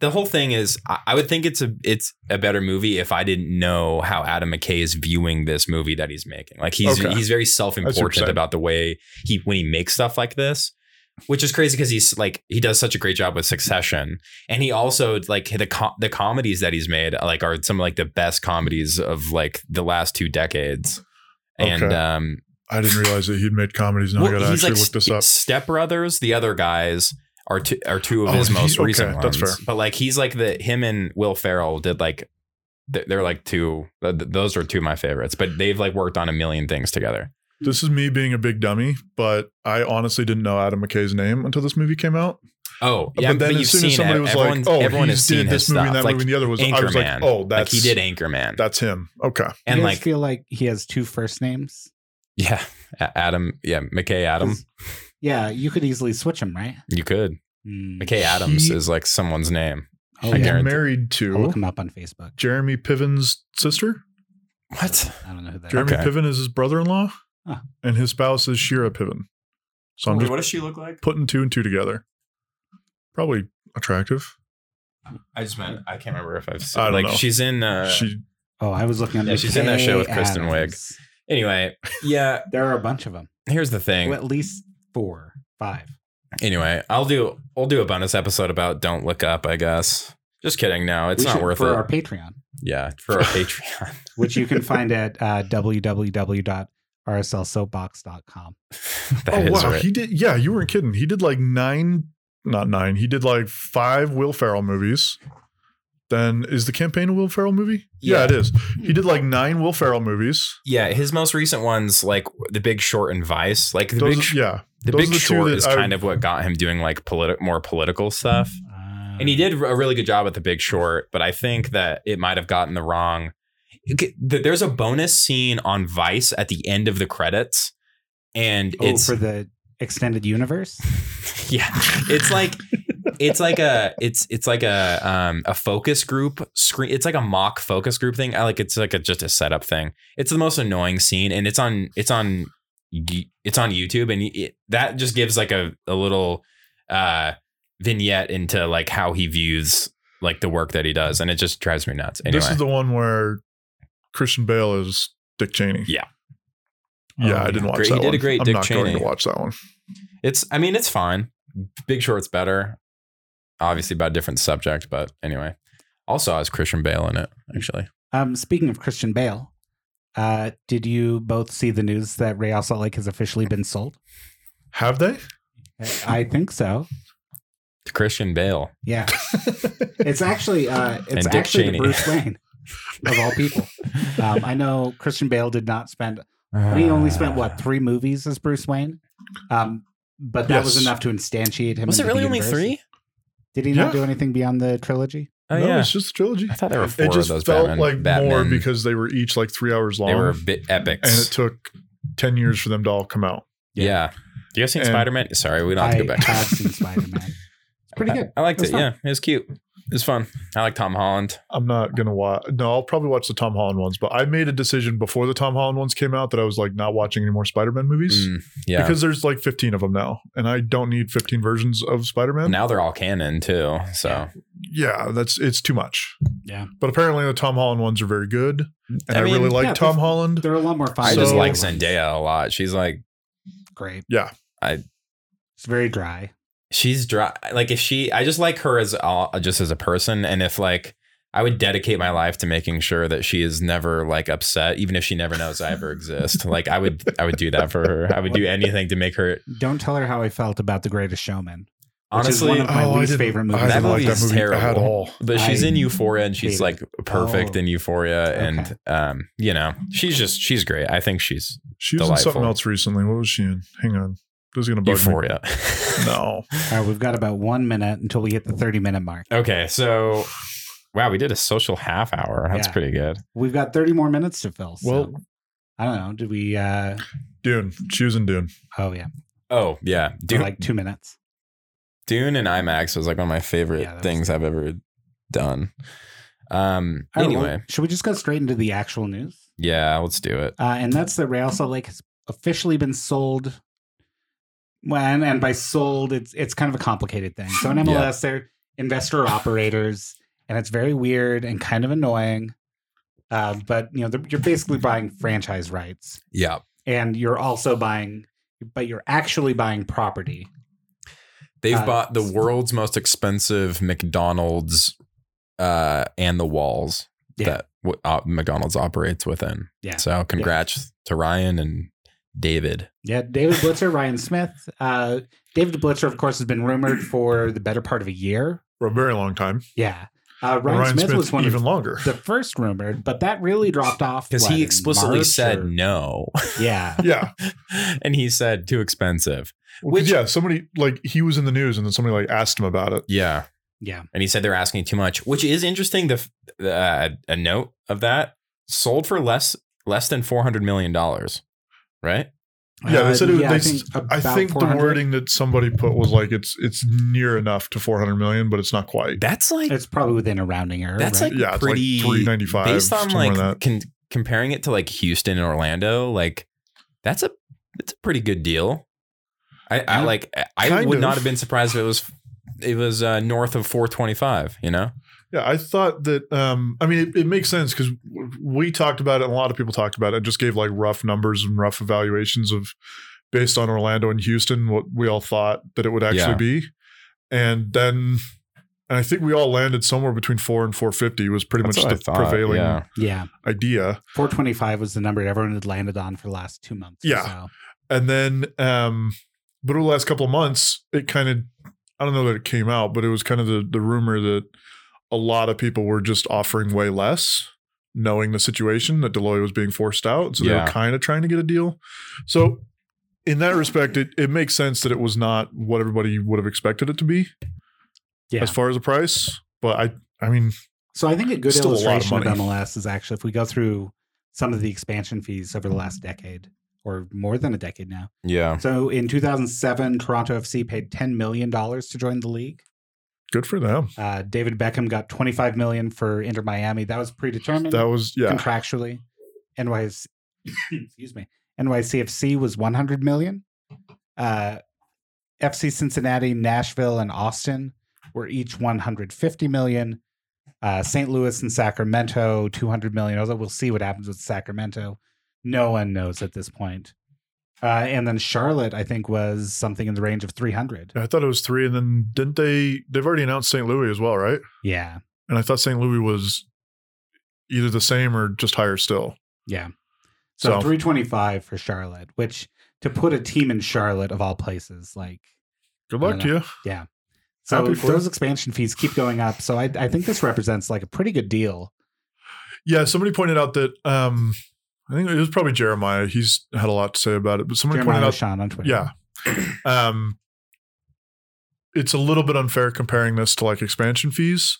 the whole thing is I, I would think it's a it's a better movie if I didn't know how Adam McKay is viewing this movie that he's making. Like he's
Okay.
he's very
That's what I'm
self-important
saying.
about the way he when he makes stuff like this. Which is crazy because he's like he does such a great job with Succession, and he also like the com- the comedies that he's made like are some like the best comedies of like the last two decades, and
Okay.
um,
I didn't realize that he'd made comedies. Now I
well,
gotta
he's
actually
like
look this
S-
up.
Step Brothers, the other guys are two, are two of
Oh,
his
he-
most
okay,
recent ones.
that's fair.
But like he's like the him and Will Ferrell did like th- they're like two. uh, th- th- Those are two of my favorites. But they've like worked on a million things together.
This is me being a big dummy, but I honestly didn't know Adam McKay's name until this movie came out.
Oh yeah,
but then as soon as somebody was like, "Oh,
everyone
he
has seen
did
his
this movie
stuff.
and that
like,
movie and the other," was I was like,
Anchorman.
"Oh,
like
that's
he did Anchorman,
that's him." Okay,
and
you guys
like
feel like he has two first names.
yeah, A- Adam, yeah, McKay Adam.
'Cause- Yeah, you could easily switch them, right?
You could
Mm.
McKay Adams
He-
is like someone's name.
Oh,
he's
yeah.
guarantee-
married
I'll
to
look him up on Facebook.
Jeremy Piven's sister.
What?
I don't know who that is.
Jeremy
Okay.
Piven is his brother-in-law,
Huh.
and his spouse is Shira Piven. So I'm just
does she look like?
putting two and two together. Probably attractive.
I just meant I can't remember if I've
I
seen.
don't
Like
know.
she's in. Uh,
she
Oh, I was looking at.
Yeah, she's in that
McKay
show with Kristen Wiig.
Adams.
anyway, yeah.
There are a bunch of them.
Here's the thing.
Well, at least four, five.
anyway, I'll do. I'll do a bonus episode about "Don't Look Up." I guess. Just kidding. No, it's
We
not
should-
worth it.
for our Patreon,
yeah, for our Patreon.
which you can find at uh, www.rslsoapbox.com.
That is
oh wow,
right.
he did. Yeah, you weren't kidding. He did like nine, not nine. He did like five Will Ferrell movies. Then is the campaign a Will Ferrell movie? Yeah,
Yeah. Hmm.
it is. He did like nine Will Ferrell movies.
yeah, his most recent ones, like The Big Short and Vice, like The
Those,
Big Sh-
yeah,
The
those
Big
are the two
Short
that
is
I-
kind of what got him doing like politi- more political stuff.
Uh,
And he did a really good job at The Big Short, but I think that it might have gotten the wrong. Okay, th- There's a bonus scene on Vice at the end of the credits, and
Oh,
it's
for the extended universe.
yeah, it's like it's like a it's it's like a um a focus group screen. It's like a mock focus group thing. I like it's like a just a setup thing. It's the most annoying scene, and it's on it's on y- it's on YouTube, and it, that just gives like a a little uh vignette into like how he views like the work that he does, and it just drives me nuts. Anyway,
This is the one where Christian Bale is Dick Cheney.
Yeah.
Yeah,
Oh,
I didn't
yeah.
watch
Great-
that.
he did a
one.
great
I'm
Dick
not going
Cheney.
to watch that one.
it's I mean it's fine. Big Short's better, obviously about a different subject, but anyway. Also has Christian Bale in it, actually.
Um, speaking of Christian Bale, uh, did you both see the news that Ray Salt Lake has officially been sold?
Have they?
I think so.
to Christian Bale.
Yeah, it's actually uh, it's
And Dick
actually
Cheney.
to Bruce Wayne of all people. Um, I know Christian Bale did not spend.
Uh,
He only spent what three movies as Bruce Wayne, um, but that was
Yes.
enough to instantiate him.
Was it
into the
really only
universe.
three?
Did he not
Yeah.
do anything beyond the trilogy?
Oh
no,
yeah,
it's just a trilogy.
I thought there were four
It just
of those.
felt
Batman,
like
Batman.
more because they were each like three hours long.
they were a bit epics.
and it took 10 years for them to all come out.
yeah. you guys seen
And-
Spider Man? Sorry, we don't have to go
I
back. to
have
that.
seen Spider Man. It's pretty good.
I, I liked
It was
it.
fun.
Yeah, it was cute. It was fun. I like Tom Holland.
I'm not going to watch. No, I'll probably watch the Tom Holland ones, but I made a decision before the Tom Holland ones came out that I was like not watching any more Spider Man movies
Mm, yeah.
because there's like 15 of them now and I don't need 15 versions of Spider Man.
now they're all canon too. So
Yeah, that's it's too much.
Yeah.
But apparently the Tom Holland ones are very good and I,
I mean,
really like
yeah,
Tom
they're-
Holland.
They're a lot more fun.
I
So-
just like Zendaya a lot. She's like
Great.
Yeah.
I-
It's very dry.
she's dry. Like if she, I just like her as all, just as a person, and if like. I would dedicate my life to making sure that she is never like upset, even if she never knows I ever exist. Like I would, I would do that for her. I would do anything to make her
Don't tell her how I felt about The Greatest Showman. Which is
honestly
one of my
Oh, I
least
didn't-
favorite movies.
I didn't
That
like that
movie's
movie at
terrible.
all.
but she's
I
in euphoria and she's
hated
like perfect
Oh.
in euphoria
Okay.
and um you know she's just she's great i think she's
She was in
Delightful.
something else recently. What was she in? Hang on. This is going to bug
euphoria
me. No.
All right, we've got about one minute until we hit the 30 minute mark.
okay so wow we did a social half hour that's
Yeah.
pretty good
We've got 30 more minutes to fill. So
Well,
I don't know. Did we? uh
Dune. She was in Dune.
Oh, yeah.
oh yeah
For
dune,
like two minutes.
dune and imax was like one of my favorite
Yeah, that was-
things i've ever done um
All right, well,
anyway
should we just go straight into the actual news?
yeah let's do it
Uh, and that's that Real Salt Lake has officially been sold. When and by sold, it's it's kind of a complicated thing. So in MLS, they're investor operators, and it's very weird and kind of annoying. Uh, but you know, they're- you're basically buying franchise rights,
Yeah.
and you're also buying, but you're actually buying property.
They've
Uh,
bought the world's most expensive McDonald's uh, and the walls
Yeah.
that w- uh, McDonald's operates within.
Yeah.
So congrats to Ryan and David.
Yeah, David Blitzer, Ryan Smith. Uh, David Blitzer, of course, has been rumored for the better part of a year.
for a very long time.
Yeah, uh, Ryan,
Ryan,
Smith,
Smith,
was one
even
of
longer.
the first rumored, but that really dropped off
Because
what,
he
in
explicitly
March
said
or-
no.
yeah,
yeah.
and he said too expensive.
Which, yeah, somebody like he was in the news and then somebody like asked him about it.
Yeah.
yeah,
and he said they're asking too much, which is interesting. The f- uh, a note of that sold for less less than four hundred million dollars, right?
Yeah,
Uh,
they said it was- they s- I
about
think the
400.
wording that somebody put was like it's it's near enough to 400 million, but it's not quite.
That's like
It's probably within a rounding error.
that's
right?
like
Yeah, it's like
pretty
395,
based on
somewhere in that.
like con- comparing it to like Houston and Orlando. Like that's a that's a pretty good deal. I, I
Yeah.
like I- I
Kind
would
of.
not have been surprised if it was it was uh, north of four twenty five. You know,
Yeah, I thought that. Um, I mean, it, it makes sense because we talked about it, and a lot of people talked about it. and just gave like rough numbers and rough evaluations of based on Orlando and Houston, what we all thought that it would actually
Yeah.
be, and then, and I think we all landed somewhere between four and four fifty was pretty
That's
much
what
the
I thought,
prevailing
yeah.
yeah,
idea.
425 was the number everyone had landed on for the last two months. or
Yeah.
so.
And then, um, but over the last couple of months, it kind of, I don't know that it came out, but it was kind of the, the rumor that a lot of people were just offering way less, knowing the situation that Deloitte was being forced out. So they
Yeah.
were kind of trying to get a deal. So in that respect, it, it makes sense that it was not what everybody would have expected it to be
Yeah.
as far as the price. But I, I mean,
So I think a good
Still a lot of
illustration of,
money.
MLS is actually if we go through some of the expansion fees over the last decade or more than a decade now.
yeah,
So in 2007, Toronto FC paid $10 million to join the league.
good for them.
Uh, David Beckham got 25 million for Inter Miami. That was predetermined
That was, yeah.
contractually. NYC, excuse me. NYCFC was 100 million. Uh, FC Cincinnati, Nashville, and Austin were each 150 million. Uh, St. Louis and Sacramento, 200 million. Although we'll see what happens with Sacramento. No one knows at this point. Uh, and then Charlotte, I think, was something in the range of 300.
I thought it was three. And then didn't they, they've already announced St. Louis as well, right?
Yeah.
and I thought St. Louis was either the same or just higher still.
Yeah. So,
So,
325 for Charlotte, which to put a team in Charlotte of all places, like
good luck to you.
so
Happy for
those
you.
expansion fees keep going up. So I, I think this represents like a pretty good deal.
Yeah, somebody pointed out that um, I think it was probably Jeremiah. He's had a lot to say about it, but somebody
Jeremiah
pointed out,
Sean on Twitter.
yeah, um, it's a little bit unfair comparing this to like expansion fees.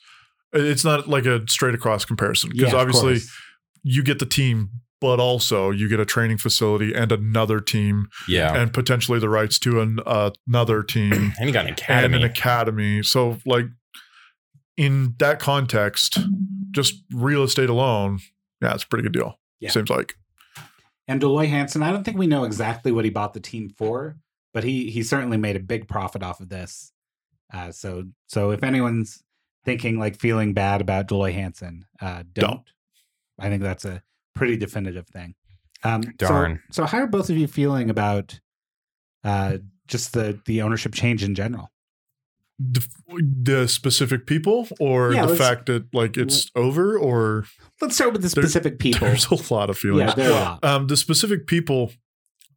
It's not like a straight across comparison
Yeah,
because
of
obviously
course.
you get the team, but also you get a training facility and another team,
Oh.
yeah.
and potentially the rights to an, another team.
And he got
and an
an academy.
academy. So, like in that context, just real estate alone, yeah, it's a pretty good deal.
Yeah.
Seems like
and Deloy Hansen, I don't think we know exactly what he bought the team for, but he he certainly made a big profit off of this. Uh, so so if anyone's thinking like feeling bad about Deloy Hansen, uh, don't.
Don't.
I think that's a pretty definitive thing. Um, so-
Darn.
So, how are both of you feeling about uh, just the the ownership change in general?
the, the specific people, or
Yeah,
the
let's-
fact that like it's over, or
Let's start with the
There's-
specific people.
there's a lot of feelings.
Yeah, there are a lot.
Um, the specific people,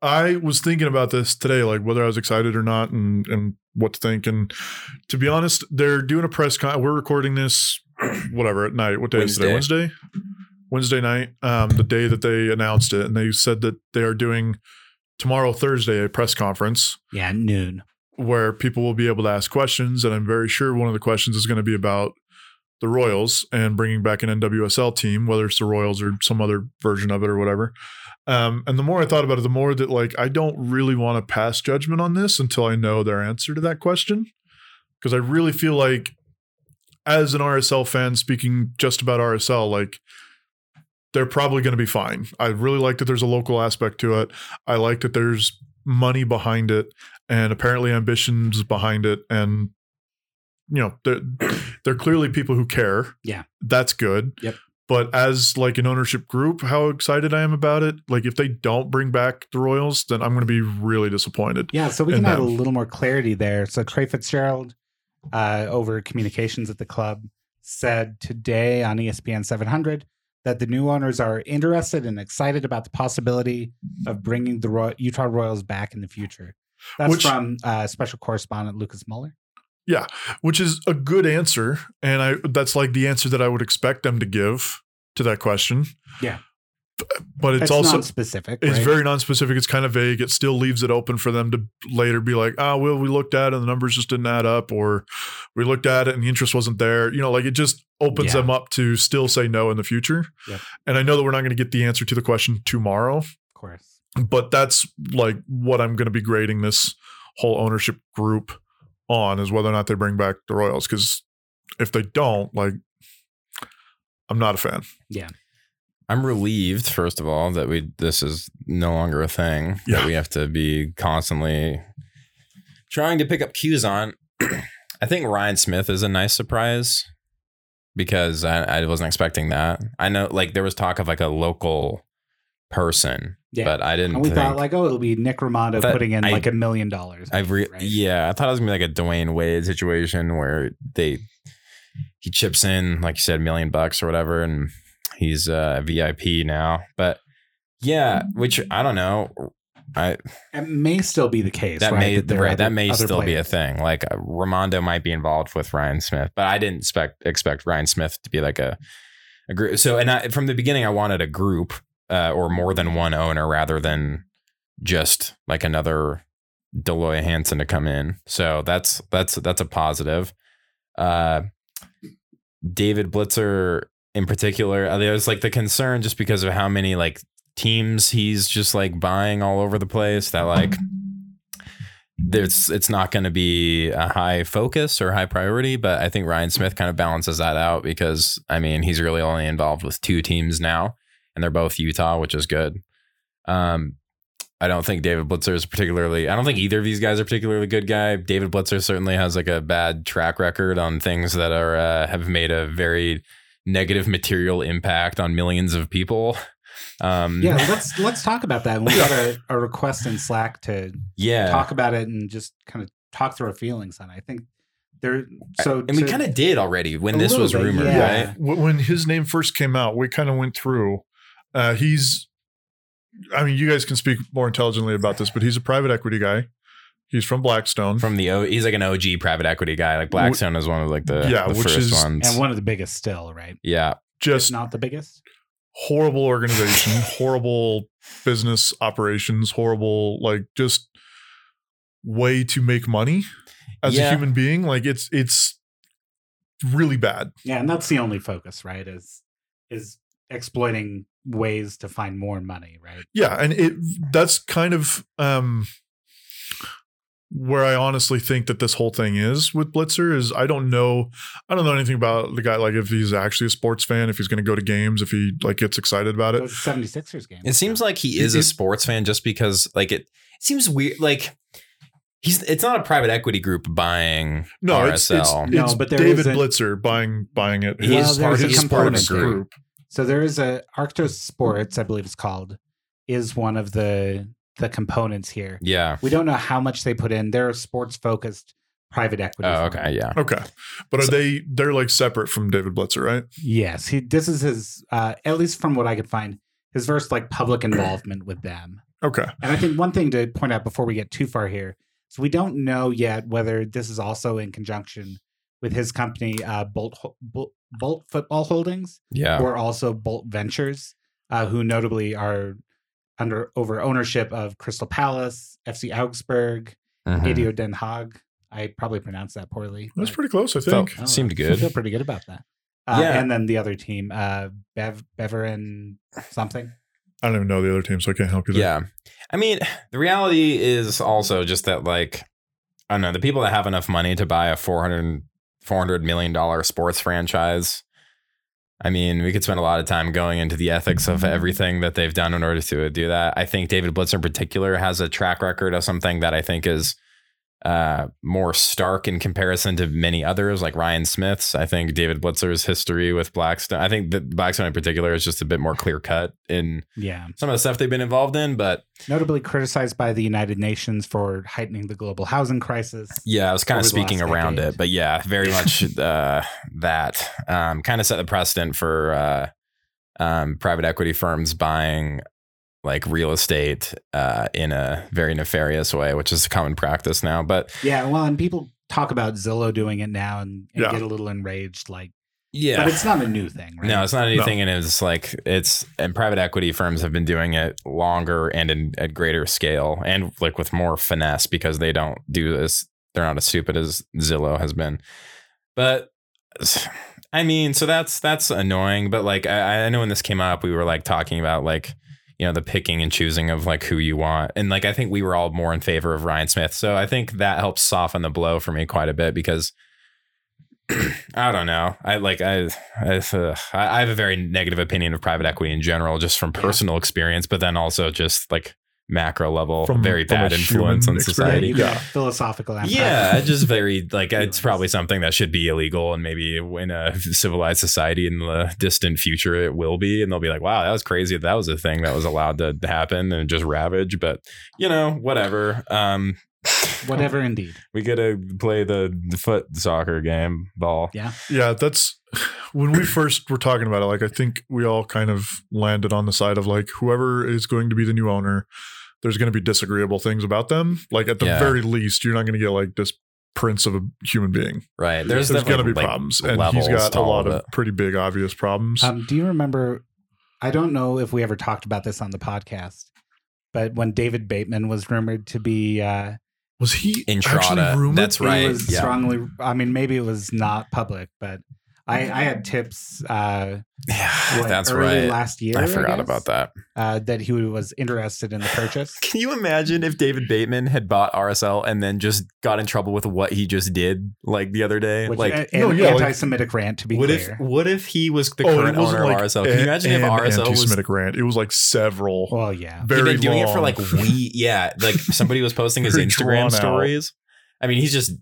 I was thinking about this today, like whether I was excited or not, and and what to think. And to be honest, they're doing a press con. We're recording this, whatever at night. What day is today? Wednesday. Wednesday night, um, the day that they announced it, and they said that they are doing tomorrow, Thursday, a press conference
Yeah, noon.
where people will be able to ask questions. And I'm very sure one of the questions is going to be about the Royals and bringing back an NWSL team, whether it's the Royals or some other version of it or whatever. Um, and the more I thought about it, the more that like I don't really want to pass judgment on this until I know their answer to that question. Because I really feel like, as an RSL fan, speaking just about RSL, like they're probably going to be fine. I really like that there's a local aspect to it. I like that there's money behind it and apparently ambitions behind it and you know they're they're clearly people who care.
Yeah.
that's good.
Yep.
But as like an ownership group, how excited I am about it. Like if they don't bring back the Royals, then I'm going to be really disappointed.
Yeah, so we can
And
add a
them.
little more clarity there. So Trey Fitzgerald, uh, over communications at the club, said today on E ESPN 700 that the new owners are interested and excited about the possibility of bringing the Roy- Utah Royals back in the future. That's
Which-
from uh, special correspondent Lucas Muller.
Which is a good answer, and I that's like the answer that I would expect them to give to that question.
Yeah.
B- But it's
That's
also
specific.
It's very non-specific. It's kind of vague. It still leaves it open for them to later be like, "Ah, well, we looked at it and the numbers just didn't add up," or "We looked at it and the interest wasn't there." You know, like it just opens
Yeah.
them up to still say no in the future.
Yep.
And I know that we're not going to get the answer to the question tomorrow,
of course.
but that's like what I'm going to be grading this whole ownership group on is whether or not they bring back the Royals. Because if they don't, like, I'm not a fan.
I'm relieved, first of all, that we this is no longer a thing
Yeah.
that we have to be constantly trying to pick up cues on. I think Ryan Smith is a nice surprise because I, I wasn't expecting that. I know, like there was talk of like a local person,
Yeah.
but I didn't.
and we
think,
thought like, oh, it'll be Nick Romano
That-
putting in
I-
like a million dollars.
I've re-
right?
yeah, I thought it was gonna be like a Dwayne Wade situation where they he chips in like you said, a million bucks or whatever, and he's uh, VIP now. But yeah, which I don't know. I
It may still be the case.
that
right,
may
there are
right, that
other-
may
other
still be a
players.
thing. Like uh, Ramondo might be involved with Ryan Smith, but I didn't expect expect Ryan Smith to be like a a group. So and I, from the beginning, I wanted a group uh, or more than one owner rather than just like another Deloy Hansen to come in. So that's that's that's a positive. Uh, David Blitzer in particular, uh, there was like the concern just because of how many like teams he's just like buying all over the place that like there's it's not going to be a high focus or high priority but i think ryan smith kind of balances that out because i mean he's really only involved with two teams now and they're both utah which is good um i don't think david blitzer is particularly i don't think either of these guys are particularly good guy david blitzer certainly has like a bad track record on things that are uh, have made a very negative material impact on millions of people um
Yeah, let's let's talk about that. And we got a, a request in Slack to
yeah
talk about it and just kind of talk through our feelings on it. I think there. So
and we kind of did already when
A
this
little
was
bit,
rumored
yeah.
right
Wh- when his name first came out, we kind of went through. Uh, he's, I mean, you guys can speak more intelligently about this, but he's a private equity guy. He's from Blackstone.
from the O. He's like an OG private equity guy. Like Blackstone is one of like the
Yeah,
the
which
first
is-
ones.
and one of the biggest still, right?
yeah,
Just
just
not the biggest.
horrible organization, horrible business operations, horrible like just way to make money as
Yeah.
a human being. Like it's it's really bad.
Yeah, and that's the only focus, right? Is is exploiting ways to find more money, right?
yeah and it that's kind of um where i honestly think that this whole thing is with blitzer is i don't know i don't know anything about the guy like if he's actually a sports fan if he's going to go to games if he like gets excited about
It
it
was a 76ers game.
it seems like he is a sports fan just because like it, it seems weird. Like he's it's not a private equity group buying
no it's it's,
RSL.
No,
it's
but there
david
is a-
blitzer buying buying it
He is part of the
partner
component group.
So there is a Arctos Sports, I believe it's called, is one of the the components here.
yeah.
We don't know how much they put in. They're a sports focused private equity.
Oh,
firm.
okay. Yeah.
okay but are
So-
they they're like separate from david blitzer right
Yes, he. This is his, uh, at least from what I could find, his first like public involvement with them.
okay
And I think one thing to point out before we get too far here is we don't know yet whether this is also in conjunction with his company, uh, Bolt Ho- Bolt, Bolt Football Holdings,
Yeah.
or also Bolt Ventures, uh, who notably are under over ownership of Crystal Palace, FC Augsburg,
Mhm.
Adio Den Haag. I probably pronounced that poorly.
that's
but-
pretty close i
Felt-
think
Oh,
seemed
I
good.
feel pretty good about that. Uh,
Yeah.
And then the other team, uh, Bev Beverin something.
i don't even know the other team so i can't help you there.
Yeah. I mean, the reality is also just that, like, I don't know, the people that have enough money to buy a 400, $400 million dollar sports franchise. I mean, we could spend a lot of time going into the ethics of everything that they've done in order to do that. I think David Blitzer in particular has a track record of something that I think is uh, more stark in comparison to many others, like Ryan Smith's. I think David Blitzer's history with Blackstone. I think that Blackstone in particular is just a bit more clear cut in
Yeah.
some of the stuff they've been involved in. But
Notably criticized by the United Nations for heightening the global housing crisis.
yeah, I was kind
Over
of
the
speaking
last
around
decade.
it. But yeah, very much uh, that um, kind of set the precedent for uh, um, private equity firms buying like real estate uh, in a very nefarious way, which is a common practice now. But
Yeah. Well, and people talk about Zillow doing it now and, and
Yeah.
get a little enraged. Like,
yeah,
but it's not a new thing, right?
No, it's not anything, and it's like it's and private equity firms have been doing it longer and in at greater scale and like with more finesse because they don't do this. They're not as stupid as Zillow has been, but I mean, so that's that's annoying. But like, I, I know when this came up, we were like talking about like you know the picking and choosing of like who you want, and like I think we were all more in favor of Ryan Smith, so I think that helps soften the blow for me quite a bit because. I don't know. I like I I, uh, I I have a very negative opinion of private equity in general, just from
Yeah.
personal experience, but then also just like macro level,
From-
very
from a
bad influence
human
on society.
You got
Yeah.
philosophical. I'm
Yeah,
sorry.
it's just very like it's
Feelings.
probably something that should be illegal, and maybe in a civilized society in the distant future it will be, and they'll be like, "Wow, that was crazy. that That was a thing that was allowed to happen and just ravage." But you know, whatever. Um,
Whatever, indeed.
We gotta play the, the foot soccer game ball.
Yeah.
Yeah, that's when we first were talking about it. Like, I think we all kind of landed on the side of like, whoever is going to be the new owner, there's going to be disagreeable things about them. Like, at the
Yeah.
very least, you're not going to get like this prince of a human being.
Right. There's,
there's going to
definitely,
be
like,
problems, and
levels
he's got
to
a
all
lot
of
of
it.
pretty big, obvious problems.
Um, do you remember? I don't know if we ever talked about this on the podcast, but when David Bateman was rumored to be, uh,
was he
Entrada.
actually rumored?
That's
he
right.
was
yeah.
strongly. I mean, maybe it was not public, but I,
Mm-hmm.
I had tips. Uh,
Yeah,
what,
that's
early
right.
Last year,
I forgot
guess,
about that.
Uh, that he was interested in the purchase.
Can you imagine if David Bateman had bought RSL and then just got in trouble with what he just did like the other day?
Which, uh,
like
an
No, yeah, like-
anti-Semitic rant to be
what
clear.
if what if he was the
Oh,
current
it wasn't
owner
like
of RSL? Can you imagine if
an
RSL was
anti-Semitic rant? It was like several.
well, yeah,
he'd
very
been doing it for
long-
like we yeah, like somebody was posting his
Very drawn
Instagram
out.
stories. I mean, he's just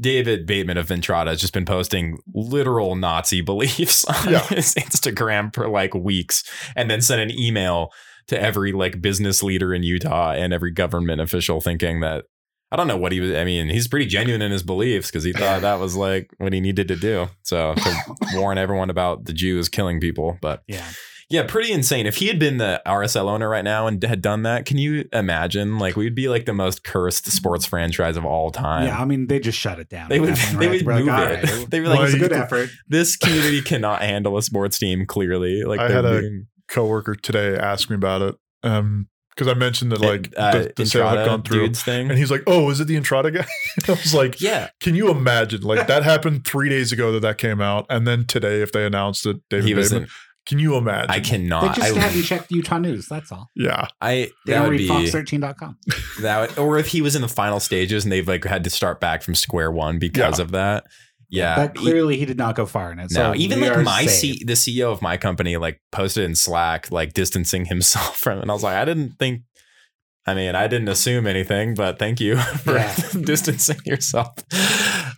David Bateman of Ventrada has just been posting literal Nazi beliefs on
Yeah.
his Instagram for like weeks and then sent an email to every like business leader in Utah and every government official thinking that I don't know what he was. I mean, he's pretty genuine in his beliefs because he thought that was like what he needed to do. So to warn everyone about the Jews killing people. But
yeah.
yeah, pretty insane. If he had been the RSL owner right now and had done that, can you imagine? Like we'd be like the most cursed sports franchise of all time.
Mm. yeah, I mean, they just shut it down.
They
at
would-
that point,
they
right?
would
We're like,
move
"All
it.
right,
They were
well,
like-
it's a good effort.
This community cannot handle a sports team. Clearly, like
I
they're
had a-
being-
coworker today asked me about it. Um, because I mentioned that like
uh,
the, the sale
Entrada
had gone through,
dudes thing.
and he's like, "Oh, is it the Entrada guy?" I was like,
yeah,
"Can you imagine? Like that happened three days ago that that came out, and then today if they announced that David
he was.
Bateman,
in-
can you imagine?
I
They
cannot.
just haven't
I,
checked Utah news. That's all.
yeah,
I
They don't
that would
read
be
Fox13.com.
that would, or if he was in the final stages and they've like had to start back from square one because of that. Yeah,
but
E-
clearly he did not go far in it.
No,
so
even
we
like
are
my
safe.
C- the CEO of my company like posted in Slack like distancing himself from, it. and I was like, I didn't think. I mean, I didn't assume anything, but thank you for
Yeah.
distancing yourself.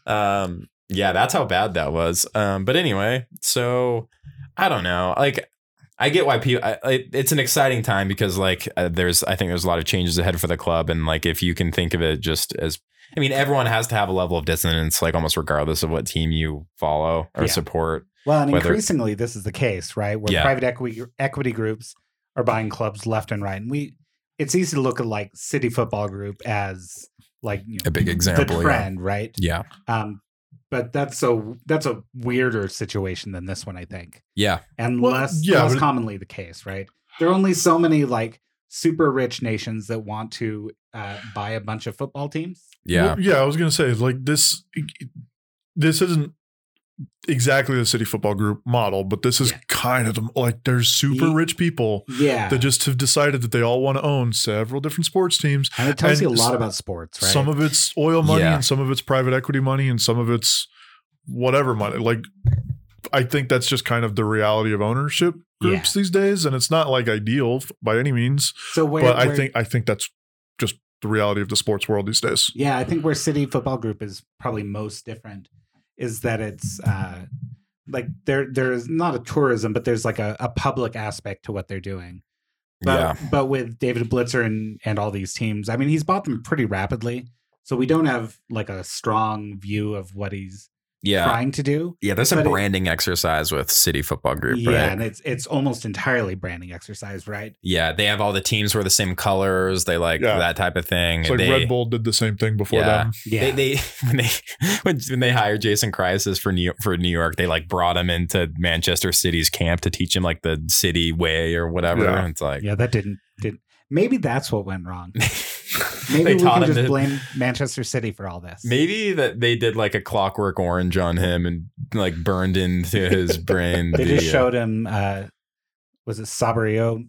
Um, yeah, that's how bad that was. Um, but anyway, so I don't know. Like, I get why people. I, I, it's an exciting time because like uh, there's, I think there's a lot of changes ahead for the club, and like if you can think of it just as I mean, everyone has to have a level of dissonance, like almost regardless of what team you follow or
Yeah.
support.
Well, and
whether-
increasingly this is the case, right? Where
Yeah.
private equity equity groups are buying clubs left and right, and we it's easy to look at like City Football Group as like you know,
big
the trend, right?
Yeah.
Um, but that's a that's a weirder situation than this one, I think,
Yeah.
and
Well,
less
yeah,
less
but-
commonly the case, right? There are only so many like super rich nations that want to uh, buy a bunch of football teams.
Yeah.
Well, yeah." I was gonna say like this, this isn't exactly the city football group model, but this is
Yeah.
kind of the, like there's super
Ye-
rich people
Yeah,
that just have decided that they all want to own several different sports teams.
and it tells
and
you a lot
s-
about sports, right?
Some of it's oil money
Yeah.
and some of it's private equity money and some of it's whatever money. Like I think that's just kind of the reality of ownership
Yeah.
groups these days and it's not like ideal f- by any means,
so where,
but I
where-
think I think that's just the the reality of the sports world these days.
Yeah, I think where City Football Group is probably most different is that it's uh, like there there's not a tourism, but there's like a, a public aspect to what they're doing. But,
yeah.
but with David Blitzer and and all these teams, I mean, he's bought them pretty rapidly, so we don't have like a strong view of what he's
Yeah.
trying to do.
Yeah. There's a
But it-
branding exercise with City Football Group,
yeah,
right?
and it's it's almost entirely branding exercise, right?
Yeah. They have all the teams wear the same colors. They like
Yeah.
that type of thing.
It's
and
like
they,
Red Bull did the same thing before
Yeah.
them.
Yeah,
They, they when they when, when they hired Jason Crisis for New York, for New York, they like brought him into Manchester City's camp to teach him like the city way or whatever.
Yeah.
And it's like
yeah, that didn't didn't. Maybe that's what went wrong. Maybe
they
we
taught
can
him
just
to,
blame Manchester City for all this.
Maybe that they did like a clockwork orange on him and like burned into his brain.
They just
the, uh,
showed him. Uh, was it Sabrio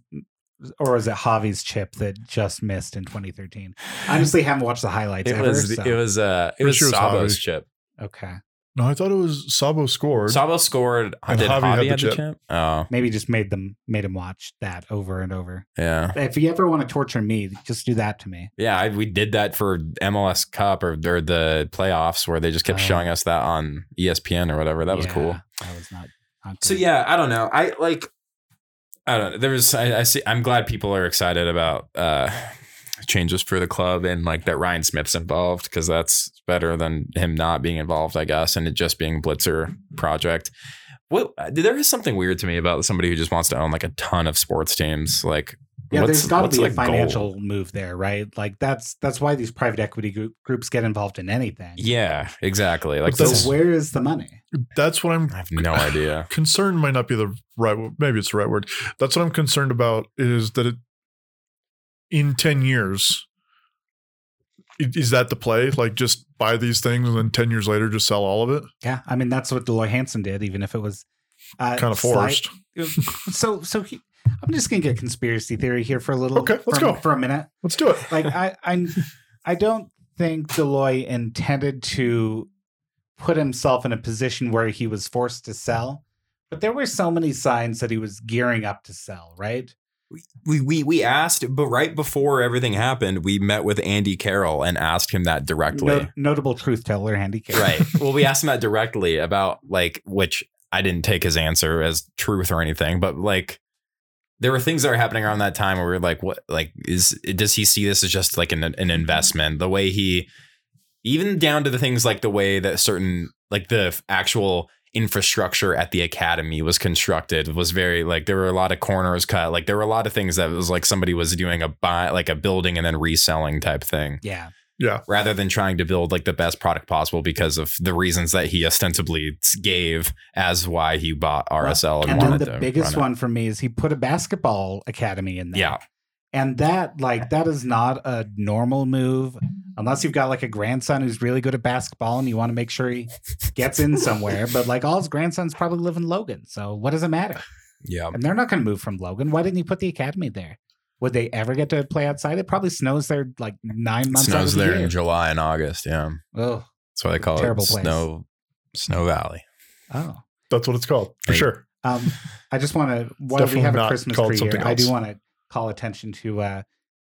or was it Javi's chip that just missed in 2013? Honestly, haven't watched the highlights
It
ever.
was
so-
it was uh it
Pretty
was
sure it was
Sabo's
Javi.
chip.
okay.
No, I thought it was Sabo scored.
Sabo scored.
And
did
Javi
Javi
had
have
the
the
chip.
chip? Oh
Maybe just made them made him watch that over and over.
yeah,
If you ever want to torture me, just do that to me.
yeah. I, we did that for MLS Cup or, or the playoffs where they just kept
Oh.
showing us that on E ESPN or whatever. That was
Yeah,
cool.
That was not. not
So
good.
yeah, I don't know. I like I don't know. There was I, I see I'm glad people are excited about uh changes for the club and like that Ryan Smith's involved because that's better than him not being involved, I guess, and it just being Blitzer project. What there is something weird to me about somebody who just wants to own like a ton of sports teams. Like
Yeah,
what's-
there's got to
what's
be a
the goal?
financial move there, right? Like that's that's why these private equity group, groups get involved in anything.
Yeah, exactly. Like
But that's-
this,
So where is the money?
That's what I'm
I have no idea.
concerned might not be the right wo- maybe it's the right word that's what i'm concerned about is that it in 10 years i- is that the play like just buy these things and then 10 years later just sell all of it
Yeah, I mean that's what Deloy Hansen did, even if it was uh,
kind of
slight-
forced
so so he, I'm just gonna get conspiracy theory here for a little.
Okay, let's
for,
go.
for a minute.
let's do it
Like I I I don't think Deloy intended to put himself in a position where he was forced to sell, but there were so many signs that he was gearing up to sell. Right?
we, we we asked, but right before everything happened, we met with Andy Carroll and asked him that directly.
No- notable truth teller, Handy Carroll.
right well we asked him that directly about like which i didn't take his answer as truth or anything but like there were things that were happening around that time where we were like what like is does he see this as just like an, an investment the way he even down to the things like the way that certain like the f- actual infrastructure at the academy was constructed was very like there were a lot of corners cut like there were a lot of things that was like somebody was doing a buy like a building and then reselling type thing
Yeah.
rather than trying to build like the best product possible because of the reasons that he ostensibly gave as why he bought RSL and,
And then
wanted
the
to
biggest
run
one for me is he put a basketball academy in
It.
there.
Yeah,
And that like that is not a normal move unless you've got like a grandson who's really good at basketball and you want to make sure he gets in somewhere. But like all his grandsons probably live in Logan. So what does it matter?
yeah,
And they're not gonna move from Logan. Why didn't he put the academy there? Would they ever get to play outside? It probably snows there like nine months out of
snows
the
there
year.
in July and August. Yeah,
oh,
that's why they call
Terrible
it
place.
snow snow valley.
oh.
that's what it's called for
Right.
sure
Um, I just want to while
Definitely
we have a
not
Christmas
called
tree here,
something
I do
else.
want to call attention to uh,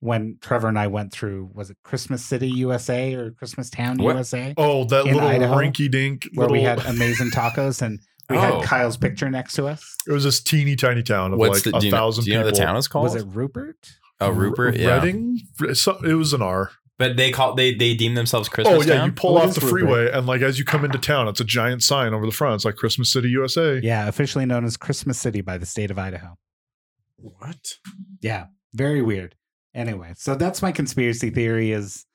when Trevor and I went through was it Christmas City USA or Christmas Town
What?
USA
oh that
In
little
Idaho,
rinky dink
where
little
we had amazing tacos and we
Oh.
had Kyle's picture next to us.
it was this teeny tiny town of like
What's the do
a
you, know,
thousand
do you know
people
the town is called?
Was it Rupert?
oh, Rupert.
R-
Yeah,
Reading? R- so- it was an r
but they call they they deem themselves
oh
Christmas
yeah you
town.
pull
What
off
is
the
Rupert?
freeway and like as you come into town it's a giant sign over the front it's like christmas city usa
Yeah, officially known as Christmas City by the state of Idaho.
what
Yeah, very weird. Anyway, so that's my conspiracy theory is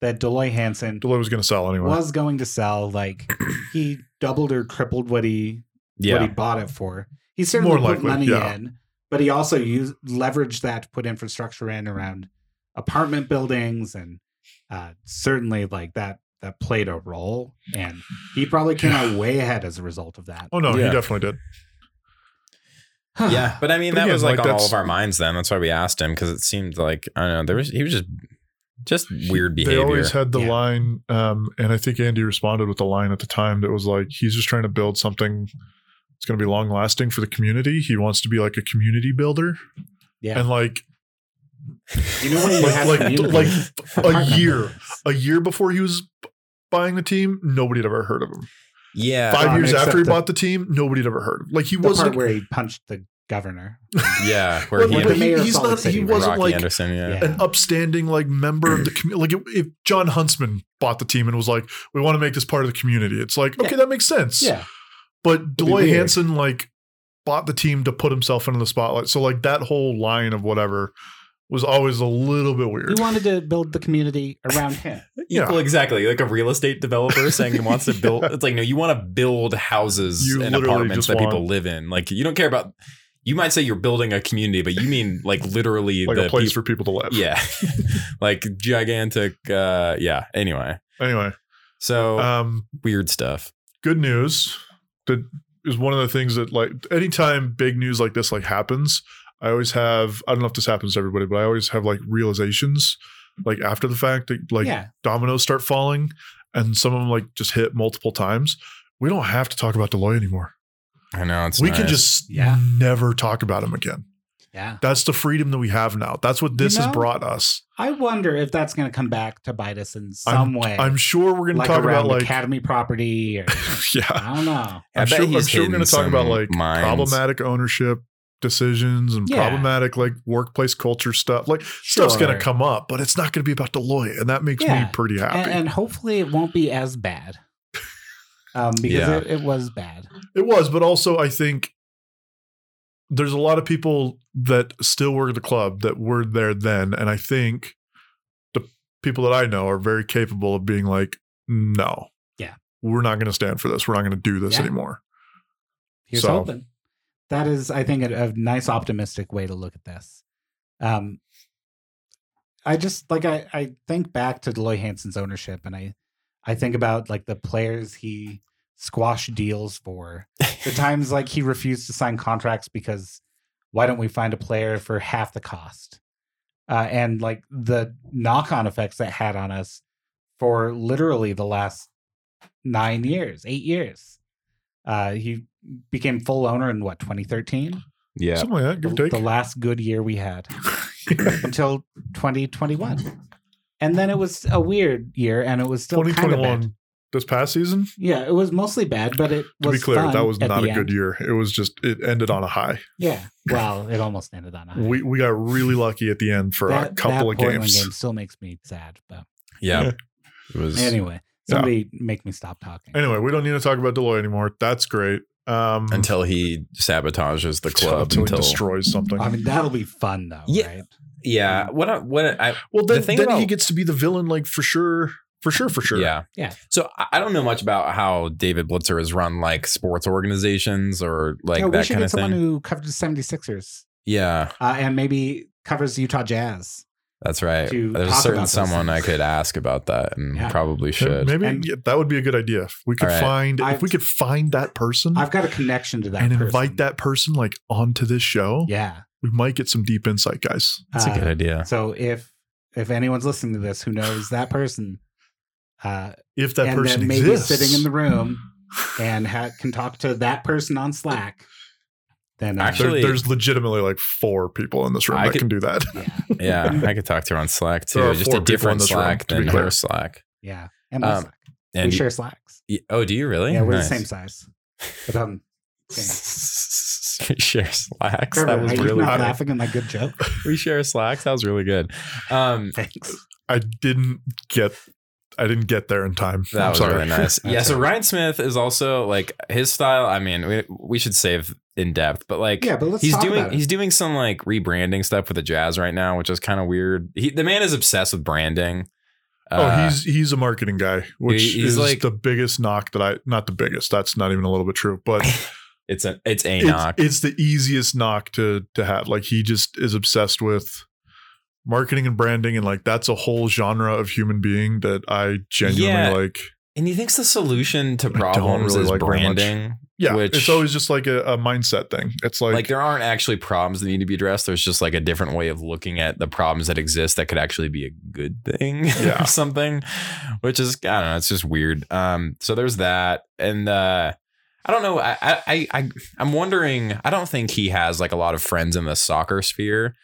that Deloy Hansen
deloitte was going to sell anyway
was going to sell like he doubled or tripled what he what he
yeah,
bought it for. He certainly
More
put
likely,
money
yeah.
in, but he also used leveraged that to put infrastructure in around apartment buildings and uh, certainly like that that played a role. And he probably came out way ahead as a result of that.
Oh no,
Yeah.
he definitely did.
yeah. But I mean,
But
that
again,
was like,
like,
on all
that's-
of our minds then. That's why we asked him because it seemed like I don't know. There was he was just just weird behavior.
They always had the
Yeah.
line, um, and I think Andy responded with the line at the time that was like, he's just trying to build something that's going to be long lasting for the community. He wants to be like a community builder,
Yeah.
and like
You know when you have
like like,
community?
like a
Apartment
year,
buildings.
a year before he was buying the team, nobody had ever heard of him.
Yeah.
Five
um,
years
except
after he
the-
bought the team, nobody had ever heard. Of him. Like he
The part
wasn't.
where he punched the governor.
Yeah. Where he
Well,
but
the
ended
he-
mayor of
he's
Salt Lake
not.
City,
He
right?
wasn't
Rocky
like
Anderson. Yeah.
Yeah.
an upstanding like member of the community. Like if, if John Huntsman bought the team and was like, "We want to make this part of the community," it's like, okay,
Yeah.
that makes sense.
Yeah,
But
be
Deloy
weird.
Hansen like bought the team to put himself into the spotlight. So like that whole line of whatever was always a little bit weird.
he wanted to build the community around him.
Yeah.
Well, exactly. Like a real estate developer saying he wants to build. It's like no, you want to build houses
You
and
literally
apartments
just
that people
want-
live in. Like you don't care about. You might say you're building a community, but you mean like literally
like
the
a place
peop-
for people to live.
yeah, like gigantic. uh Yeah. Anyway,
Anyway,
so
um,
weird stuff.
good news that is one of the things that like anytime big news like this like happens i always have i don't know if this happens to everybody but i always have like realizations like after the fact that like
yeah,
dominoes start falling and some of them like just hit multiple times we don't have to talk about deloitte anymore
I know it's.
we can
nice.
just
Yeah.
never talk about him again
yeah.
that's the freedom that we have now that's what
You
this
know,
has brought us
I wonder if that's going to come back to bite us in some way.
i'm sure we're going to
like
talk
around
about like
academy property. Or,
yeah
I don't know.
I'm
I bet
sure, I'm
he's
sure we're going
hidden
to talk about
some
like
mines.
problematic ownership decisions and
Yeah.
problematic like workplace culture stuff. Like stuff's going
Sure.
to come up, but it's not going to be about Deloitte, and that makes me
Yeah.
pretty
A-
happy.
and, hopefully it won't be as bad. Um, because
Yeah.
it, it was bad.
it was, but also I think there's a lot of people that still work at the club that were there then, and I think the people that I know are very capable of being like, no,
Yeah.
we're not going to stand for this. We're not going to do this
Yeah.
anymore.
Here's
So-
hoping. That is, I think, a, a nice optimistic way to look at this. Um, I just like I, I think back to Deloy Hansen's ownership, and I, I think about like the players he squashed deals for, the times like he refused to sign contracts because why don't we find a player for half the cost, uh, and like the knock-on effects that had on us for literally the last nine years, eight years. Uh, he became full owner in what 2013,
yeah.
Something like that,
the,
give or
the
take.
last good year we had until 2021, and then it was a weird year, and it was still kind of bad.
2021 this past season
Yeah, it was mostly bad, but it
to
was
be clear
fun
that was
at
not a
the
good
end.
year it was just it ended on a high
Yeah, well, it almost ended on a high.
we we got really lucky at the end for
that,
a
that
couple of
Portland
games
game still makes me sad, but
yeah,
Yeah.
It was.
anyway,
Yeah.
somebody make me stop talking.
anyway we don't need to talk about deloitte anymore that's great um
Until he sabotages the club.
until,
until
he destroys something
I mean that'll be fun though,
Yeah.
right?
yeah. What? I, what? I,
well
the
then,
thing
then he
about-
gets to be the villain like for sure for sure for sure
Yeah.
Yeah.
So I I don't know much about how David Blitzer has run like sports organizations or like
yeah, we
that
should
kind
get
of
someone
thing.
who covers the 76ers
yeah,
uh, and maybe covers the Utah Jazz.
that's right.
to
There's a
talk
certain
about those
someone I
things.
could ask about that and
Yeah.
probably should.
maybe
And-
yeah, that would be a good idea if we could
All right.
find if
I've-
we could find that person
I've got a connection to that
Hmm. and
person.
invite that person like onto this show
Yeah.
we might get some deep insight guys
That's a
Uh,
good idea.
So if if anyone's listening to this who knows that person, uh,
if that
and
person
then maybe
exists
sitting in the room and ha- can talk to that person on Slack, then uh,
There-
Actually-
there's legitimately like four people in this room
I
that
could-
can do that.
yeah,
yeah, I could talk to her on Slack
There
too.
are
Just
four
a
people in
different
this room,
Slack
to be
than
clear.
her Slack.
yeah, and my
Um,
Slack.
And
we
you-
share Slacks.
y- oh, do you really?
Yeah, we're
Nice.
the same size. But um,
we share Slacks.
Trevor,
that was
are you
really
not
good.
laughing at my good joke?
We share Slacks. That was really good. Um,
Thanks.
I didn't get I didn't get there in time.
That
I'm
was
sorry.
really nice.
That's
yeah. So
all
Ryan Smith is also like his style. I mean, we, we should save in depth, but like
Yeah, but let's
he's
talk
doing
about it.
he's doing some like rebranding stuff with the Jazz right now, which is kind of weird. He, the man is obsessed with branding.
oh,
Uh,
he's he's a marketing guy, which
he's
is
like-
the biggest knock that I not the biggest. That's not even a little bit true, but
it's a it's a
it's,
knock.
it's the easiest knock to to have. Like he just is obsessed with marketing and branding, and like that's a whole genre of human being that I genuinely
Yeah.
like.
and he thinks the solution to
I don't
problems
really
is
like very much.
branding.
Yeah,
Which-
it's always just like a, a mindset thing. It's like,
Like, there aren't actually problems that need to be addressed. There's just like a different way of looking at the problems that exist that could actually be a good thing
Yeah.
or something, which is I don't know. It's just weird. Um, so there's that, and uh, I don't know. I I I- I I'm wondering. I don't think he has like a lot of friends in the soccer sphere.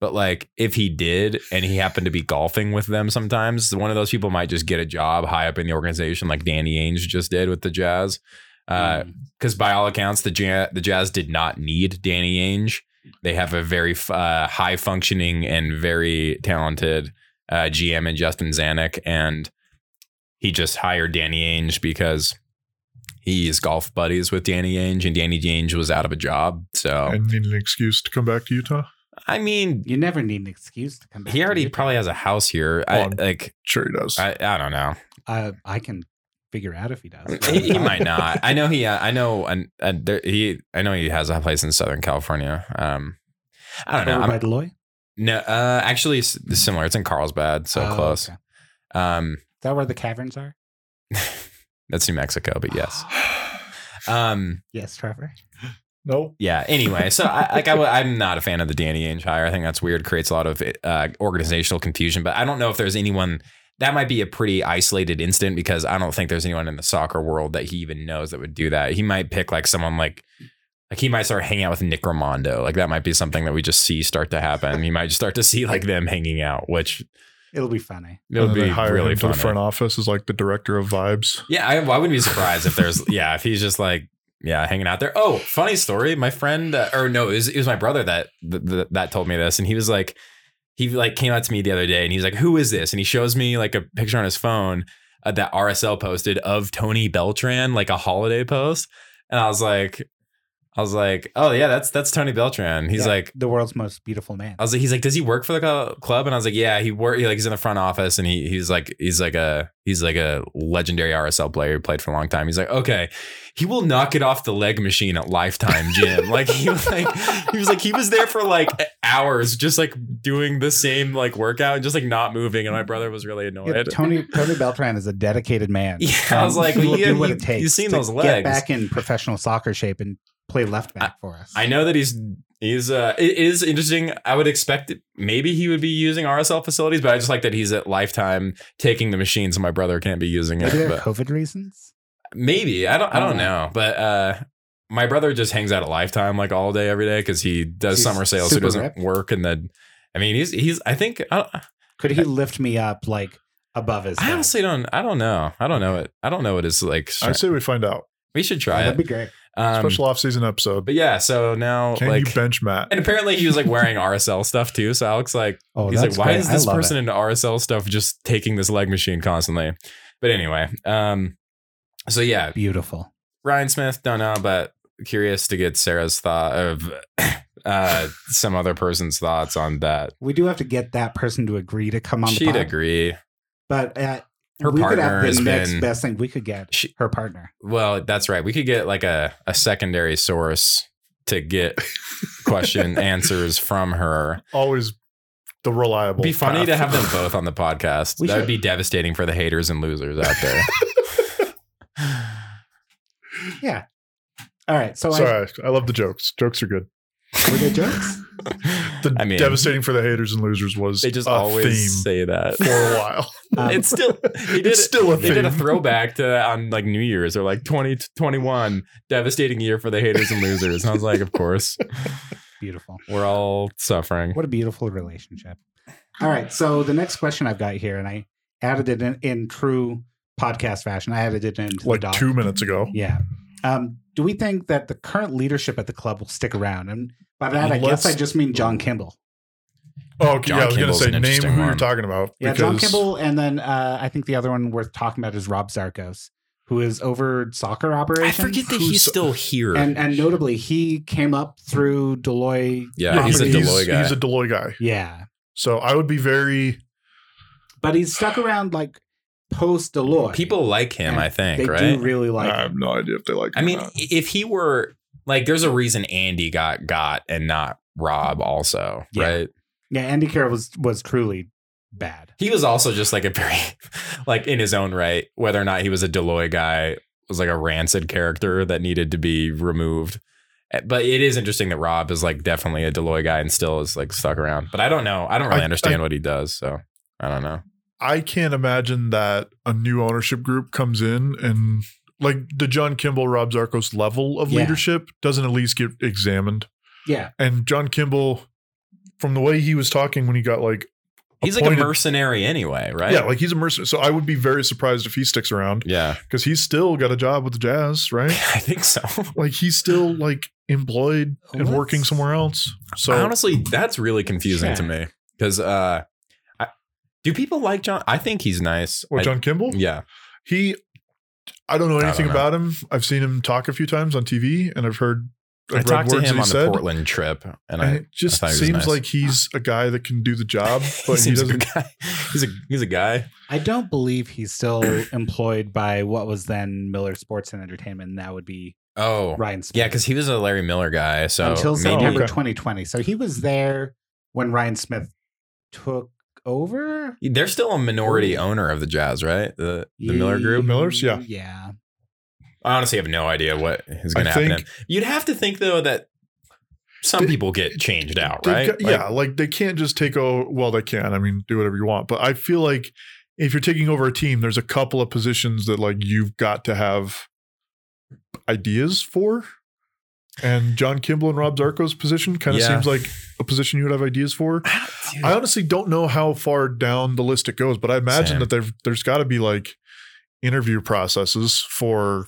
But like, if he did, and he happened to be golfing with them sometimes, one of those people might just get a job high up in the organization, like Danny Ainge just did with the Jazz. Uh, Because
Mm.
by all accounts, the jazz, the jazz did not need Danny Ainge. They have a very f- uh, high functioning and very talented uh, GM in Justin Zanuck, and he just hired Danny Ainge because he's golf buddies with Danny Ainge, and Danny Ainge was out of a job. So
I need an excuse to come back to Utah.
I mean,
You never need an excuse to come back.
he
to
already
Utah.
probably has a house here. I,
Oh.
like
Sure, he does.
I, I don't know.
Uh, I can figure out if he does.
He, he might not. I know he. uh, I know. And and there, he. I know he has a place in Southern California. Um, I don't know.
Over
I'm-
by Deloitte?
no, uh, actually, s- similar. It's in Carlsbad, so
Oh,
close.
okay.
Um,
Is that where the caverns are?
that's New Mexico, but yes.
Ah.
Um,
yes, Trevor.
no.
yeah. Anyway, so I, like I, I'm not a fan of the Danny Ainge hire. I think that's weird. Creates a lot of uh, organizational confusion. But I don't know if there's anyone. That might be a pretty isolated incident because I don't think there's anyone in the soccer world that he even knows that would do that. He might pick like someone like. Like he might start hanging out with Nick Romando. Like that might be something that we just see start to happen. He might just start to see like them hanging out, which
It'll be funny.
it would
And then
be
they hire
really
him to the
fun.
front office as like the director of vibes.
Yeah, I, I wouldn't be surprised if there's yeah, if he's just like yeah, hanging out there. Oh, funny story. My friend, uh, or no, it was, it was my brother that th- th- that told me this, and he was like, he like came out to me the other day, and he's like, "Who is this?" And he shows me like a picture on his phone uh, that RSL posted of Tony Beltran, like a holiday post, and I was like, I was like, "Oh yeah, that's that's Tony Beltran." He's
Yeah,
like,
the world's most beautiful man.
I was like, he's like, does he work for the cl- club? And I was like, yeah, he work. He, like he's in the front office, and he he's like he's like a he's like a legendary RSL player who played for a long time. He's like, okay, he will knock it off the leg machine at Lifetime Gym. like he was like he was like he was there for like e, hours, just like doing the same like workout, and just like not moving. And my brother was really
Yeah,
annoyed.
Tony Tony Beltran is a dedicated man. Um,
Yeah, I was like,
he will
yeah,
do what
you-
it takes.
you've seen
to
those
Get
legs.
back in professional soccer shape and play left back for us.
I know that he's he's uh it is interesting. I would expect it, maybe he would be using RSL facilities, but I just like that he's at lifetime taking the machines and my brother can't be using
Maybe
it.
there are
But
COVID reasons.
maybe. I don't I don't know. But uh my brother just hangs out at lifetime like all day every day because he does
He's
summer sales, so he
super
doesn't
ripped.
work and then I mean he's he's I think I, don't-
Could he lift me up like above his?
I
head?
honestly don't I don't know. I don't know it. I don't know what it's like
I say we find out.
we should
Yeah,
try
that'd be
it.
great.
Um,
Special off season episode.
but yeah, so now
Can
like
you bench Matt?
and apparently he was like wearing RSL stuff too. So Alex like
Oh,
He's like,
that's
why
great.
is
I
this
love
person
it.
into RSL stuff just taking this leg machine constantly? But anyway, um, so yeah,
beautiful?
Ryan Smith, don't know, but curious to get Sarah's thought of uh, some other person's thoughts on that.
We do have to get that person to agree to come on. the
She'd
pod,
agree.
but uh,
Her
we could
partner
have
has
the next
been-
best thing we could get.
She-
her partner.
Well, that's right. We could get like a, a secondary source to get question answers from her.
Always the reliable.
It'd be
path.
funny to have them both on the podcast.
We
that would
should.
be devastating for the haters and losers out there.
Yeah. All right. So I,
Sorry, I love the jokes. Jokes are good.
were there jokes?
The
I mean,
devastating for the haters and losers was
They just
a
always
theme
say that.
for a while.
Um,
it's still he did
it's
it.
still a
They did a
theme.
throwback to that on like New Year's or like 2021, devastating year for the haters and losers. And I was like, of course,
beautiful.
we're all suffering.
What a beautiful relationship. All right. So the next question I've got here, and I added it in, in true podcast fashion. I added it into the
like
doc.
two minutes ago.
Yeah. Um, do we think that the current leadership at the club will stick around? And by that, I
Let's-
guess I just mean John Kimball.
Oh, okay.
John
yeah, I was going to
Kimball's
say
an
name
interesting
who you're
one.
talking about.
Yeah, John
because
Kimball, and then uh, I think the other one worth talking about is Rob Zarkos, who is over soccer operations.
Who's-
still here.
and and notably, he came up through Deloitte.
Yeah, he's a
properties.
Deloitte guy.
He's a Deloitte guy.
Yeah,
So I would be very.
but he's stuck around like post Deloitte.
People like him, I
they
think,
do
right?
really like.
I have no idea if they like.
I
him or
mean,
not.
if he were like, there's a reason Andy got got and not Rob, also,
Yeah.
right?
yeah, Andy Carroll was was truly bad.
He was also just like a very, like in his own right, whether or not he was a Deloitte guy was like a rancid character that needed to be removed. Eh, But it is interesting that Rob is like definitely a Deloitte guy and still is like stuck around. But I don't know. I don't really
I-
understand what he does. So I don't know.
I can't imagine that a new ownership group comes in and like the John Kimball, Rob Zarkos level of
Yeah.
leadership doesn't at least get examined.
Yeah,
And John Kimball, from the way he was talking when he got like
He's like a
appointed-
mercenary anyway, right?
yeah, like he's a mercenary. So I would be very surprised if he sticks around
yeah.
because he's still got a job with the Jazz, right?
I think so.
like he's still like employed and
Let's-
working somewhere else. So
Honestly, that's really confusing to me because uh, I, do people like John? I think he's nice.
what
I-
John Kimball?
yeah,
He, I don't know
don't
anything
know.
about him. I've seen him talk a few times on TV, and I've heard.
i
I've read
talked to
words that
him on
he
the
said,
Portland trip, and,
and
I.
it just
thought he was
seems
nice.
like he's a guy that can do the job, but he,
seems like a
doesn't.
guy. He's a he's a guy.
I don't believe he's still employed by what was then Miller Sports and Entertainment. That would be
Oh,
Ryan Smith.
yeah, because he was a Larry Miller guy. So
until
maybe-
September
okay.
2020. So he was there when Ryan Smith took over
they're still a minority owner of the Jazz, right? The the Miller Group.
The Millers? Yeah.
Yeah.
I honestly have no idea what is going to
I
happen.
think-
You'd have to think though that some
Did-
people get changed out,
They've
right?
got- yeah, like they can't just take over. Well, they can. I mean, do whatever you want. But I feel like if you're taking over a team, there's a couple of positions that like you've got to have ideas for. And John Kimball and Rob Zarko's position kind of
Yeah.
seems like a position you would have ideas for. I honestly don't know how far down the list it goes, but I imagine
Same.
that there there's got to be like interview processes for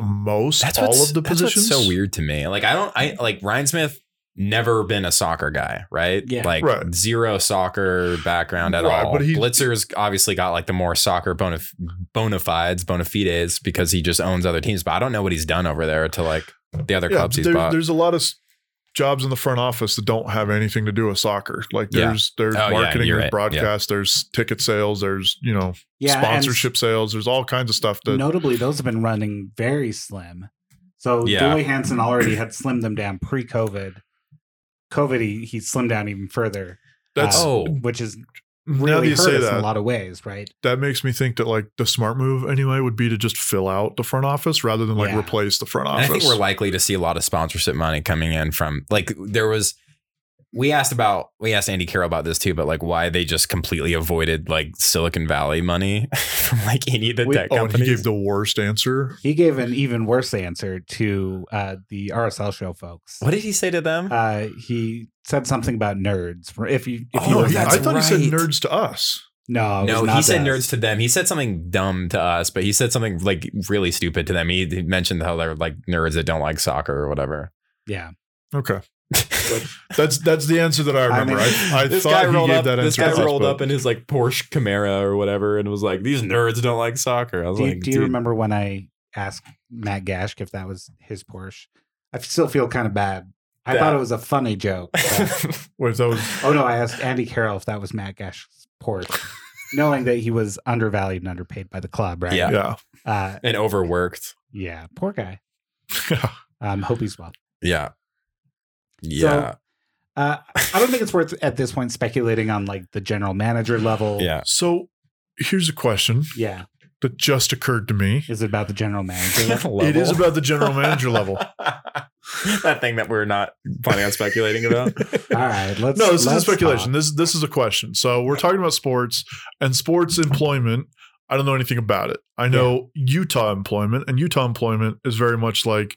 most
that's
all
what's-
of the
that's what's
positions.
so weird to me. Like I don't, I like Ryan Smith. Never been a soccer guy, right?
Yeah.
Like
Right.
zero soccer background at
Right,
all.
but
But
he-
Blitzer's obviously got like the more soccer bona, bona fides, bona fides, because he just owns other teams. But I don't know what he's done over there to like the other clubs he's
there-
bought.
There's a lot of s- jobs in the front office that don't have anything to do with soccer. Like
Yeah.
there's there's
Oh, yeah,
marketing,
you're
there's
right.
broadcast, there's ticket sales, there's you know
Yeah. and
sponsorship sales, there's all kinds of stuff that
notably, those have been running very slim. So
Yeah.
Doy Hansen already had slimmed them down pre COVID. COVID, he, he slimmed down even further,
that's
uh,
oh,
which is
now that
really
you say
hurt us in a
that,
lot of ways, right?
that makes me think that like the smart move anyway would be to just fill out the front office rather than like
Yeah.
replace the front
And I
office.
think we're likely to see a lot of sponsorship money coming in from like there was. We asked about we asked Andy Carroll about this too, but like why they just completely avoided like Silicon Valley money from like any of the
We-
tech
oh, and he
companies.
gave the worst answer.
He gave an even worse answer to uh, the RSL show folks.
what did he say to them?
Uh, he said something about nerds. If you, if you
Oh,
were
yeah,
that's
I thought he said
right.
nerds to us.
no, it was
no,
not
he said
us.
nerds to them. He said something dumb to us, but he said something like really stupid to them. He, he mentioned how they're like nerds that don't like soccer or whatever.
Yeah,
Okay, that's that's the answer that I
I
remember. I,
mean,
I,
this guy
thought he
rolled
gave
up.
that
this
answer.
guy
to us,
rolled
but-
up in his like Porsche Camaro or whatever, and was like, "These nerds don't like soccer." I was
do, you-
Oh, like,
do you
"Dude,
remember when I asked Matt Gashk if that was his Porsche? I still feel kind of bad. I
That-
thought it was a funny joke. but-
Wait, that was
oh no, I asked Andy Carroll if that was Matt Gash's Porsche, knowing that he was undervalued and underpaid by the club, right?
Yeah.
yeah.
uh,
and overworked.
yeah. Poor guy. Um, hope he's well.
Yeah, yeah,
Uh, I don't think it's worth at this point speculating on like the general manager level.
yeah.
So here's a question
Yeah.
that just occurred to me.
Is it about the general manager level?
It is about the general manager level.
that thing that we're not planning on speculating about.
All right. Let's
No, this is
let's
a speculation.
talk.
This this is a question. So we're talking about sports and sports employment. I don't know anything about it. I know Utah employment, and Utah employment is very much like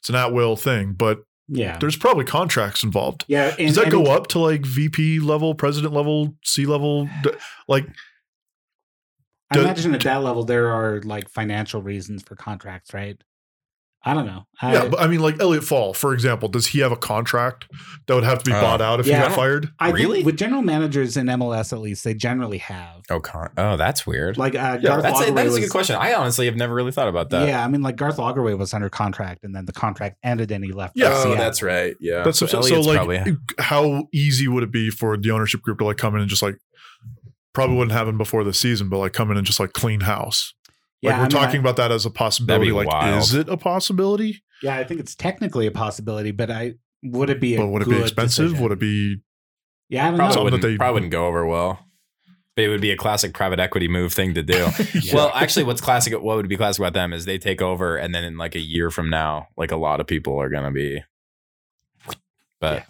it's an at will thing, but
Yeah.
there's probably contracts involved.
Yeah. And,
Does that
and-
go up to like VP level, president level, C level? D- Like,
I
Does-
imagine at that level there are like financial reasons for contracts, right? I don't know. I,
yeah, but I mean, like Elliot Fall, for example, does he have a contract that would have to be
Oh.
bought out if
Uh, Yeah.
he got fired?
I
Really?
think with general managers in MLS at least, they generally have.
Oh, con- oh, that's weird.
Like uh,
Yeah.
Garth
that's a,
Lagerwey
that is
was,
a good question. I honestly have never really thought about that.
Yeah, I mean, like Garth Lagerway was under contract, and then the contract ended, and he left. for
Yeah.
Oh,
Seattle.
that's right. Yeah.
That's so, so,
Elliot's
like
probably-
how easy would it be for the ownership group to like come in and just like probably wouldn't happen before the season, but like come in and just like clean house.
Yeah,
like we're
I mean, I-
talking about that as a possibility. Like,
wild.
is it a possibility?
yeah, I think it's technically a possibility, but I would it be? A
But would it be
good
expensive?
decision?
Would it be
yeah, I don't
probably
know.
something that
wouldn't,
they-
probably wouldn't go over well. But it would be a classic private equity move thing to do.
Yeah.
Well, actually, what's classic? What would be classic about them is they take over, and then in like a year from now, like a lot of people are gonna be. But
Yeah.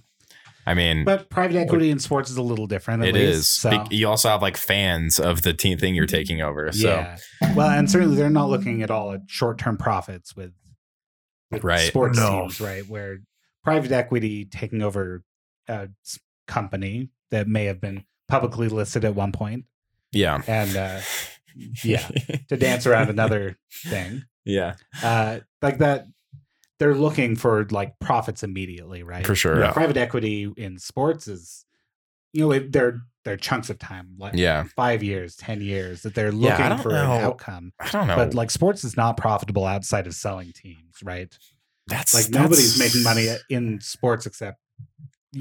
I mean,
But private equity in sports is a little different. At
it
least,
is.
So.
Be- You also have like fans of the team thing you're taking over. So
Yeah. Well, and certainly they're not looking at all at short-term profits with, with
Right.
sports
No.
teams, right? Where private equity taking over uh, s- company that may have been publicly listed at one point
Yeah.
and uh, Yeah. to dance around another thing.
Yeah.
Uh, like that, they're looking for like profits immediately, right?
For sure.
Yeah.
Private equity in sports is, you know, it, they're they're chunks of time, like
Yeah.
five years, ten years, that they're
Yeah, I
looking
don't
for
know.
an outcome.
I don't know.
But like sports is not profitable outside of selling teams, right?
that's
Like
that's-
nobody's making money in sports except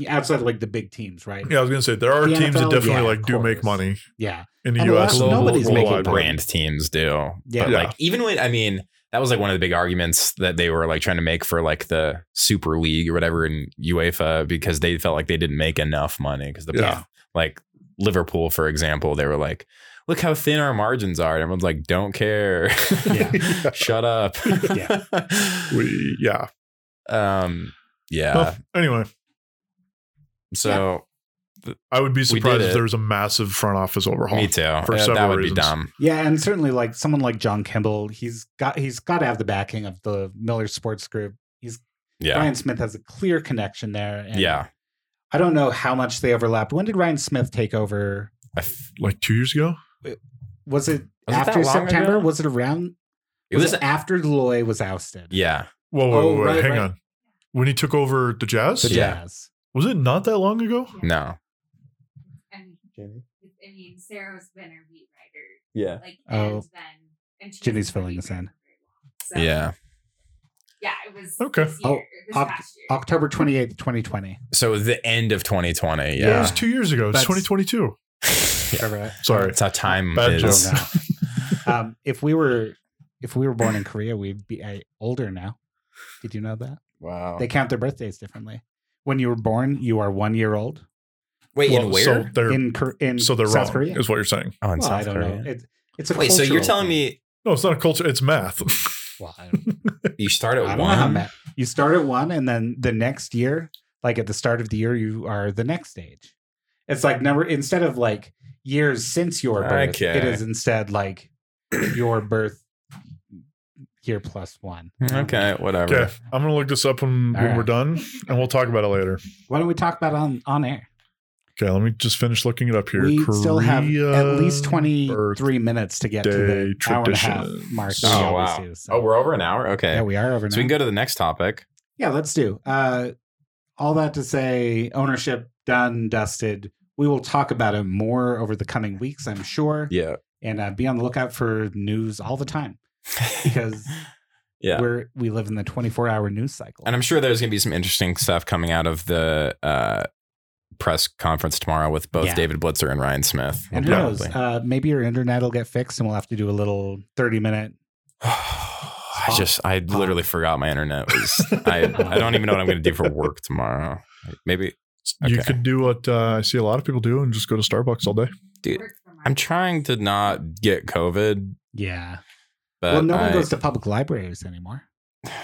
outside of like the big teams, right?
Yeah, I was gonna say there are
The
teams
NFL,
that definitely
yeah,
like
of
do make
course.
money
Yeah.
in the
And a lot-
U.S. and
nobody's
worldwide,
making
making
but-
brand teams do.
Yeah.
But
Yeah.
like even when I mean that was like one of the big arguments that they were like trying to make for like the Super League or whatever in UEFA because they felt like they didn't make enough money because the
Yeah.
like Liverpool for example they were like look how thin our margins are and everyone's like don't care
Yeah.
shut up
Yeah.
We yeah.
um yeah
Well, anyway,
so
I would be
did
surprised
it.
if there was a massive front office overhaul.
me too Yeah, that
Oh, several
would be
reasons.
dumb
Yeah, and certainly like someone like John Kimball, he's got he's got to have the backing of the Miller Sports Group.
yeah
Ryan Smith has a clear connection there. and
yeah
I don't know how much they overlapped. When did Ryan Smith take over?
I f-
Like two years ago,
Was it
Was it that
after
long
September?
ago?
Was it around?
it was
after Loy was ousted.
yeah
Whoa, whoa,
Oh,
whoa,
right,
hang
right.
on. When he took over the Jazz,
The
Yeah.
Jazz.
was it not that long ago?
no
And
Jenny?
I mean, Sarah was been our beat writer.
yeah
Like,
Oh.
and then and she
Jenny's
wasn't
filling
a
us
beat
in.
writer for very long. So,
yeah
yeah, it was
Okay.
This
Oh,
year, this
Oc-
past year.
October 28th, 2020.
so the end of 2020
Yeah.
It
yeah,
was two years ago. It's
That's-
2022.
Yeah.
Trevor,
Sorry.
That's how time
Bad
I
is.
don't know. um, if we were if we were born in Korea, we'd be uh, older now. Did you know that?
Wow.
They count their birthdays differently. When you were born, you are one year old
Wait,
Well,
in where?
So they're
in Kor- in
so they're
South
wrong
Korea.
is what you're saying.
oh, in
Well, I
South
don't
Korea.
know. It, it's a
Wait, so you're
cultural
telling
thing.
me
No, it's not a culture. It's math.
Well, I don't,
you start
I
at
don't know how
one?
ma- you start at one, and then the next year, like at the start of the year, you are the next age. It's like number instead of like years since your birth, it
Okay.
is instead like your birth year plus one.
Hmm, Okay, whatever.
okay, I'm gonna look this up when,
All
when we're
right.
done, and we'll talk about it later.
Why don't we talk about it on on air?
Okay, let me just finish looking it up here.
we still have at least
Korea
twenty three minutes to get to
birthday
the hour and a half
traditions.
mark. that we
Oh
always
wow.
do, so-
Oh, we're over an hour. Okay,
yeah, we are over.
so
now.
we can go to the next topic.
Yeah, let's do. Uh, all that to say, ownership done, dusted. We will talk about it more over the coming weeks, I'm sure,
Yeah.
and uh, be on the lookout for news all the time because
yeah.
we're we live in the 24 hour news cycle.
And I'm sure there's going to be some interesting stuff coming out of the uh, press conference tomorrow with both
Yeah.
David Blitzer and Ryan Smith.
And who knows? Uh, maybe your internet will get fixed, and we'll have to do a little 30 minute.
I just, I literally forgot my internet was. I, I don't even know what I'm going to do for work tomorrow. Maybe,
You
Okay.
could do what uh, I see a lot of people do and just go to Starbucks all day.
dude,
Work from
I'm
our-
trying to not get COVID,
Yeah.
but
well, no
I,
one goes to public libraries anymore.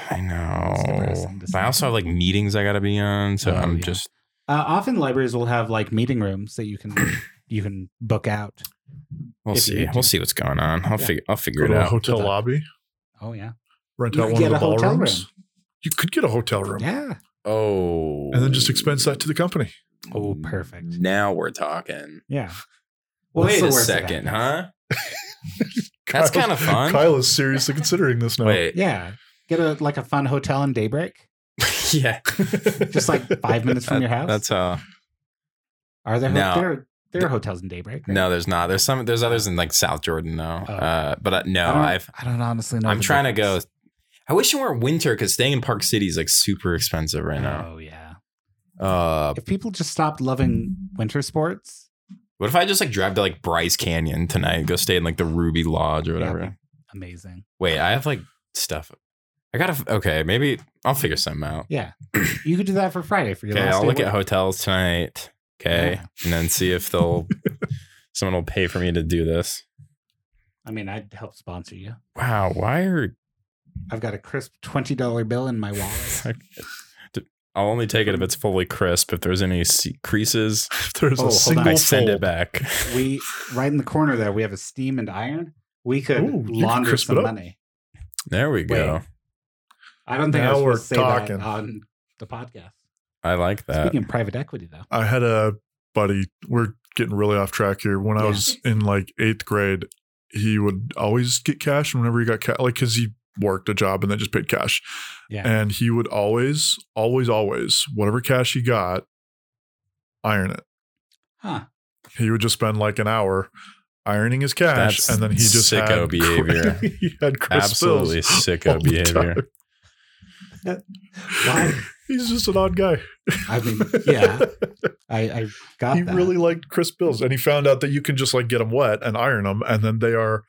I know.
depressing to
But I
see.
also have like meetings I got to be on, so
Oh,
I'm
yeah.
just
Uh, often libraries will have like meeting rooms that you can you can book out.
we'll
If you
see.
need to.
We'll see what's going on. I'll
Yeah.
figure I'll figure
Go
it
to a
out.
hotel
Good luck.
lobby,
Oh yeah,
rent
You
out
could
one of
get
the
a hotel
ballrooms.
room.
You could get a hotel room
yeah.
Oh,
and then just expense that to the company.
Oh, perfect.
Now we're talking.
Yeah.
Wait a
what's the worth of
second,
that?
huh? That's
Kyle's-
kinda fun.
Kyle is seriously considering this now.
Wait,
Yeah. Get a like a fun hotel in Daybreak,
yeah,
just like five minutes from your house.
That's uh
Are there
no.
ho- there are, there are hotels in Daybreak? right?
no. There's not. There's some. There's others in like South Jordan though.
Oh.
Uh, but uh, no,
I don't,
I've
I don't honestly know.
I'm
the
trying to go.
difference.
I wish it weren't winter because staying in Park City is like super expensive right now.
Oh yeah.
Uh,
If people just stopped loving winter sports,
what if I just like drive to like Bryce Canyon tonight, and go stay in like the Ruby Lodge or
Yeah,
whatever?
that'd amazing.
Wait, I have like stuff. I gotta. Okay, maybe I'll figure something out.
Yeah. you could do that for Friday for your
Okay,
last
I'll
day
look
work.
at hotels tonight. Okay,
Yeah.
and then see if they'll someone will pay for me to do this.
I mean, I'd help sponsor you.
Wow, why are
I've got a crisp twenty dollar bill in my wallet.
I'll only take it if it's fully crisp. If there's any se- creases,
If there's
Oh,
a
hold
single
on.
I send
fold.
it back.
we right in the corner there, we have a steam and iron. We could
Ooh, you could
launder
crisp it
some
up.
money.
There we go.
I don't think I
Now
was
we're
supposed to say
talking.
that on the podcast.
I like that.
Speaking of private equity, though,
I had a buddy, we're getting really off track here. When I
Yeah.
was in like eighth grade, he would always get cash whenever he got cash, like because he worked a job and then just paid cash.
Yeah.
And he would always, always, always, whatever cash he got, iron it.
Huh.
He would just spend like an hour ironing his cash,
That's
and then he just
sicko
had cr-
behavior.
he had crisp
Absolutely
bills all
sicko
the
behavior.
time.
Why?
He's just an odd guy.
I mean, yeah, I, I got
he
that.
really liked crisp bills, and he found out that you can just like get them wet and iron them, and then they are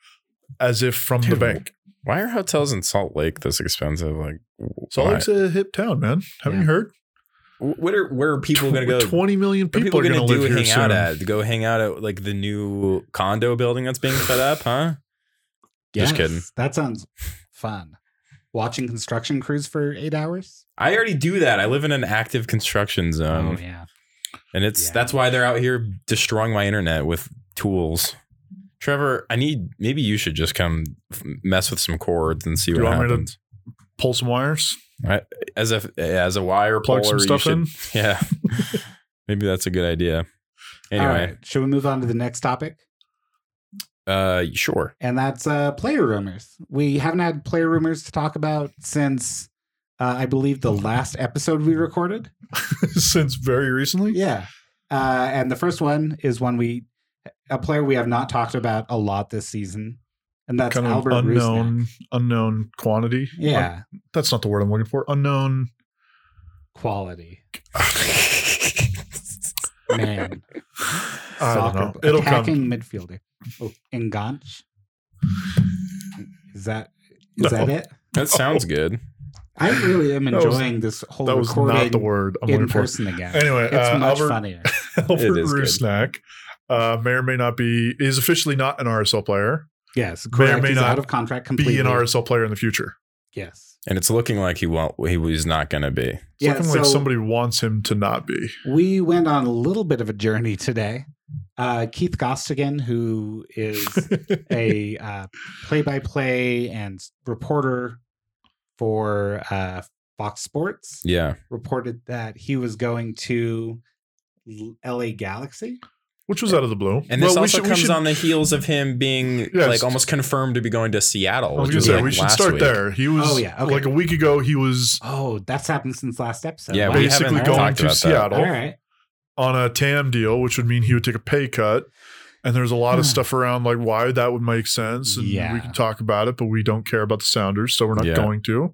as if from the
Dude,
bank.
Why are hotels in Salt Lake this expensive? Like, wh-
Salt
why?
Lake's a hip town, man. Haven't you
Yeah.
heard?
Wh- where are, where are people going to go?
Twenty million
what are
people, are going to
do
live here
hang
soon.
out at? Go hang out at like the new condo building that's being put up, huh? Just kidding.
That sounds fun. Watching construction crews for eight hours.
I already do that. I live in an active construction zone,
oh yeah,
and it's
Yeah.
that's why they're out here destroying my internet with tools. Trevor, I need maybe you should just come f- mess with some cords and see
Do you
what
want me to-
happens.
Pull some wires,
As a as a wire
plug some
puller, you
stuff
should-
in.
Yeah, maybe that's a good idea.
All
Anyway,
right, should we move on to the next topic?
uh, sure.
And that's uh, player rumors. We haven't had player rumors to talk about since uh, I believe the last episode we recorded.
Since very recently,
Yeah. Uh, and the first one is one we a player we have not talked about a lot this season, and that's
kind of
Albert
unknown,
Rusnak.
unknown quantity. Un-
Yeah,
that's not the word I'm looking for. Unknown.
quality man,
I don't
soccer
know. It'll come.
attacking midfielder. Oh, Enganch. Is that is
No.
that it?
that sounds
Oh.
good.
I really am
That was-
enjoying this whole
That was
recording
not the word I'm
in
looking for.
person again.
Anyway,
it's
uh,
much
Albert
funnier.
Albert
is good.
Rusnak uh, may or may not be is officially not an RSL player.
Yes, correct.
may
He's
not
out of contract completely.
Be an RSL player in the future.
Yes.
And it's looking like he won't. He was not going to be.
It's
Yeah,
looking
so
like somebody wants him to not be.
we went on a little bit of a journey today. Uh, Keith Gostigan, who is a uh, play-by-play and reporter for uh, Fox Sports,
Yeah,
reported that he was going to L- LA Galaxy.
Which was out of the blue.
and this
Well, we
also
should- we
comes
should-
on the heels of him being
Yes.
like almost confirmed to be going to Seattle.
I was
which
gonna say
like,
we should
last
start
week.
there. He was
Oh, yeah, okay.
like a week ago. He was
Oh, that's happened since last episode.
Yeah,
Wow.
Oh, we
basically
haven't
going
talked
to
about that.
Seattle
all right.
on a TAM deal, which would mean he would take a pay cut. And there's a lot of stuff around like why that would make sense, and
Yeah.
we can talk about it, but we don't care about the Sounders, so we're not
Yeah.
going to.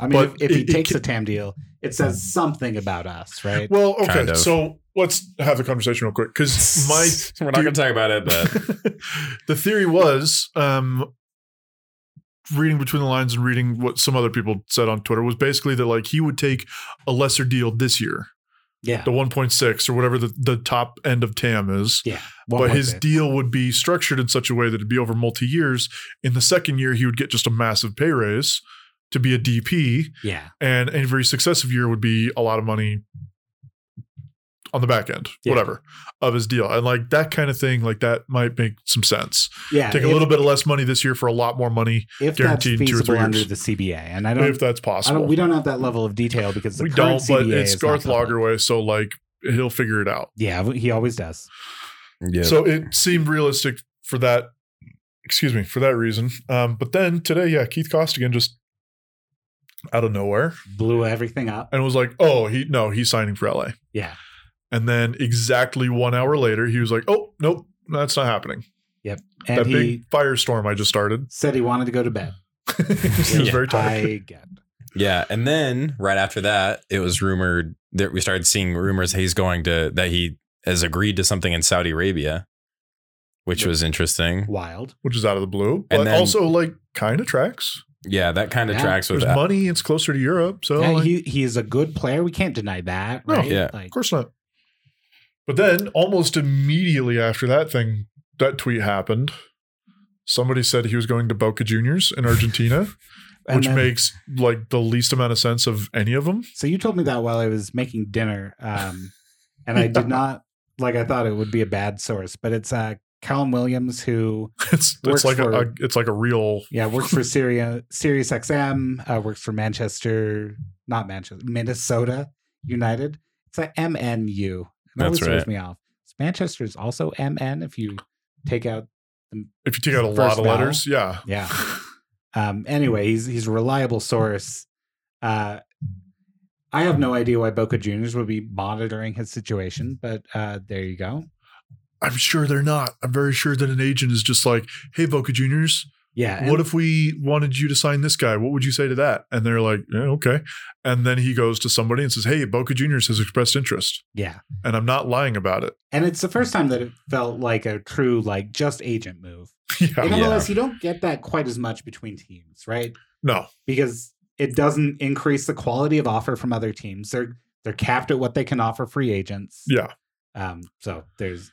I mean,
But
if, if he
it- it
takes
ca-
a TAM deal, it says something about us, right?
Well, okay,
Kind of.
so let's have the conversation real quick because my
we're not
dude-
going to talk about it, but
the theory was um reading between the lines and reading what some other people said on twitter was basically that like he would take a lesser deal this year
yeah.
the 1.6 or whatever the, the top end of tam is
yeah.
but his
1.6.
deal would be structured in such a way that it'd be over multi years in the second year he would get just a massive pay raise to be a dp
yeah.
and every successive year would be a lot of money on the back end
Yeah.
whatever of his deal and like that kind of thing like that might make some sense
Yeah.
take a
if-
little bit of less money this year for a lot more money
if that's
guaranteed in
feasible
two or three
under
years.
the CBA. And I
if
don't,
that's
I
possible
don't, we don't have that level of detail because the
We
current
don't, but
CBA
it's
is not
garth
public.
lagerway so like he'll figure it out
Yeah, he always does.
yeah,
so it seemed realistic for that excuse me for that reason um but then today yeah keith costigan just out of nowhere
Blew everything up.
and was like oh he no he's signing for la
Yeah.
And then exactly one hour later, he was like, "Oh nope, that's not happening."
And
that
he
big firestorm I just started.
said he wanted to go to bed.
he was
Yeah.
very tired.
I get.
yeah. And then right after that, it was rumored that we started seeing rumors he's going to that he has agreed to something in Saudi Arabia, which was interesting.
Wild.
which is out of the blue, but
then-
also like kind of tracks.
Yeah, that kind of
Yeah.
tracks with
There's
that.
money; it's closer to Europe, so
Yeah,
like,
he, he is a good player. We can't deny that,
No.
right?
Yeah.
Like,
of course not. But then, almost immediately after that thing, that tweet happened. Somebody said he was going to Boca Juniors in Argentina,
and
which
then-
makes like the least amount of sense of any of them.
So you told me that while I was making dinner, um, and I did not like. I thought it would be a bad source, but it's uh, Callum Williams who
It's
Works
it's like a,
for-
a it's like a real
yeah works for Syria Sirius XM, uh, works for Manchester, not Manchester, Minnesota United. It's a MNU. And that
That's
always throws
right.
me off. It's Manchester is also MN if you take out
If you take out a lot of
First vowel.
letters, yeah.
Yeah. Um, anyway, he's he's a reliable source. Uh, I have no idea why Boca Juniors would be monitoring his situation, but uh, there you go.
I'm sure they're not. I'm very sure that an agent is just like, hey, Boca Juniors,
Yeah. and-
what if we wanted you to sign this guy? What would you say to that? And they're like, "Yeah, okay. And then he goes to somebody and says, hey, Boca Juniors has expressed interest.
yeah.
And I'm not lying about it.
And it's the first time that it felt like a true like just agent move. In
yeah.
Yeah.
MLS, you don't get that quite as much between teams, right?
No.
Because it doesn't increase the quality of offer from other teams. They're they're capped at what they can offer free agents.
Yeah.
Um, so there's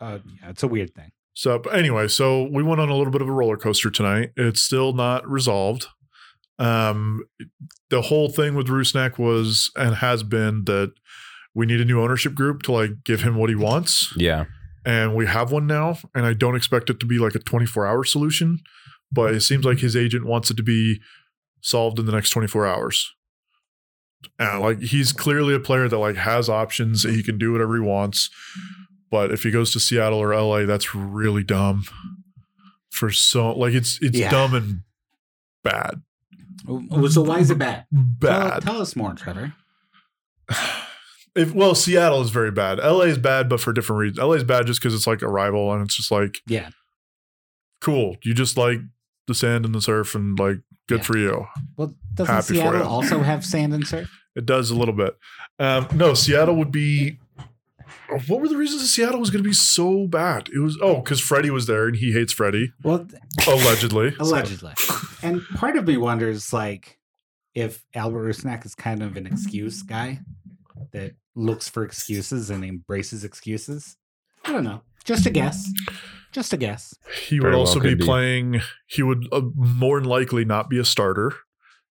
uh, yeah, it's a weird thing.
So, but anyway, so we went on a little bit of a roller coaster tonight. It's still not resolved. Um, the whole thing with Rusnak was and has been that we need a new ownership group to like give him what he wants,
Yeah.
and we have one now. And I don't expect it to be like a 24 hour solution, but it seems like his agent wants it to be solved in the next 24 hours. And like he's clearly a player that like has options. He can do whatever he wants. But if he goes to Seattle or LA, that's really dumb. For so like it's it's
Yeah.
dumb and bad.
So why is it bad? Tell-
Bad.
tell us more, Trevor.
If well, Seattle is very bad. LA is bad, but for different reasons. LA is bad just because it's like a rival and it's just like
Yeah.
cool. You just like the sand and the surf and like good
Yeah.
for you.
Well, doesn't
Happy for
Seattle
you.
also have sand and surf?
It does a little bit. Um, no, Seattle would be. oh, What were the reasons that Seattle was going to be so bad? It was oh, because Freddie was there and he hates Freddie
Well,
allegedly.
allegedly. and part of me wonders, like, if Albert Rusnak is kind of an excuse guy that looks for excuses and embraces excuses. I don't know. Just a guess. Just a guess.
He would
Very well
also be
could be.
playing. He would uh, more than likely not be a starter.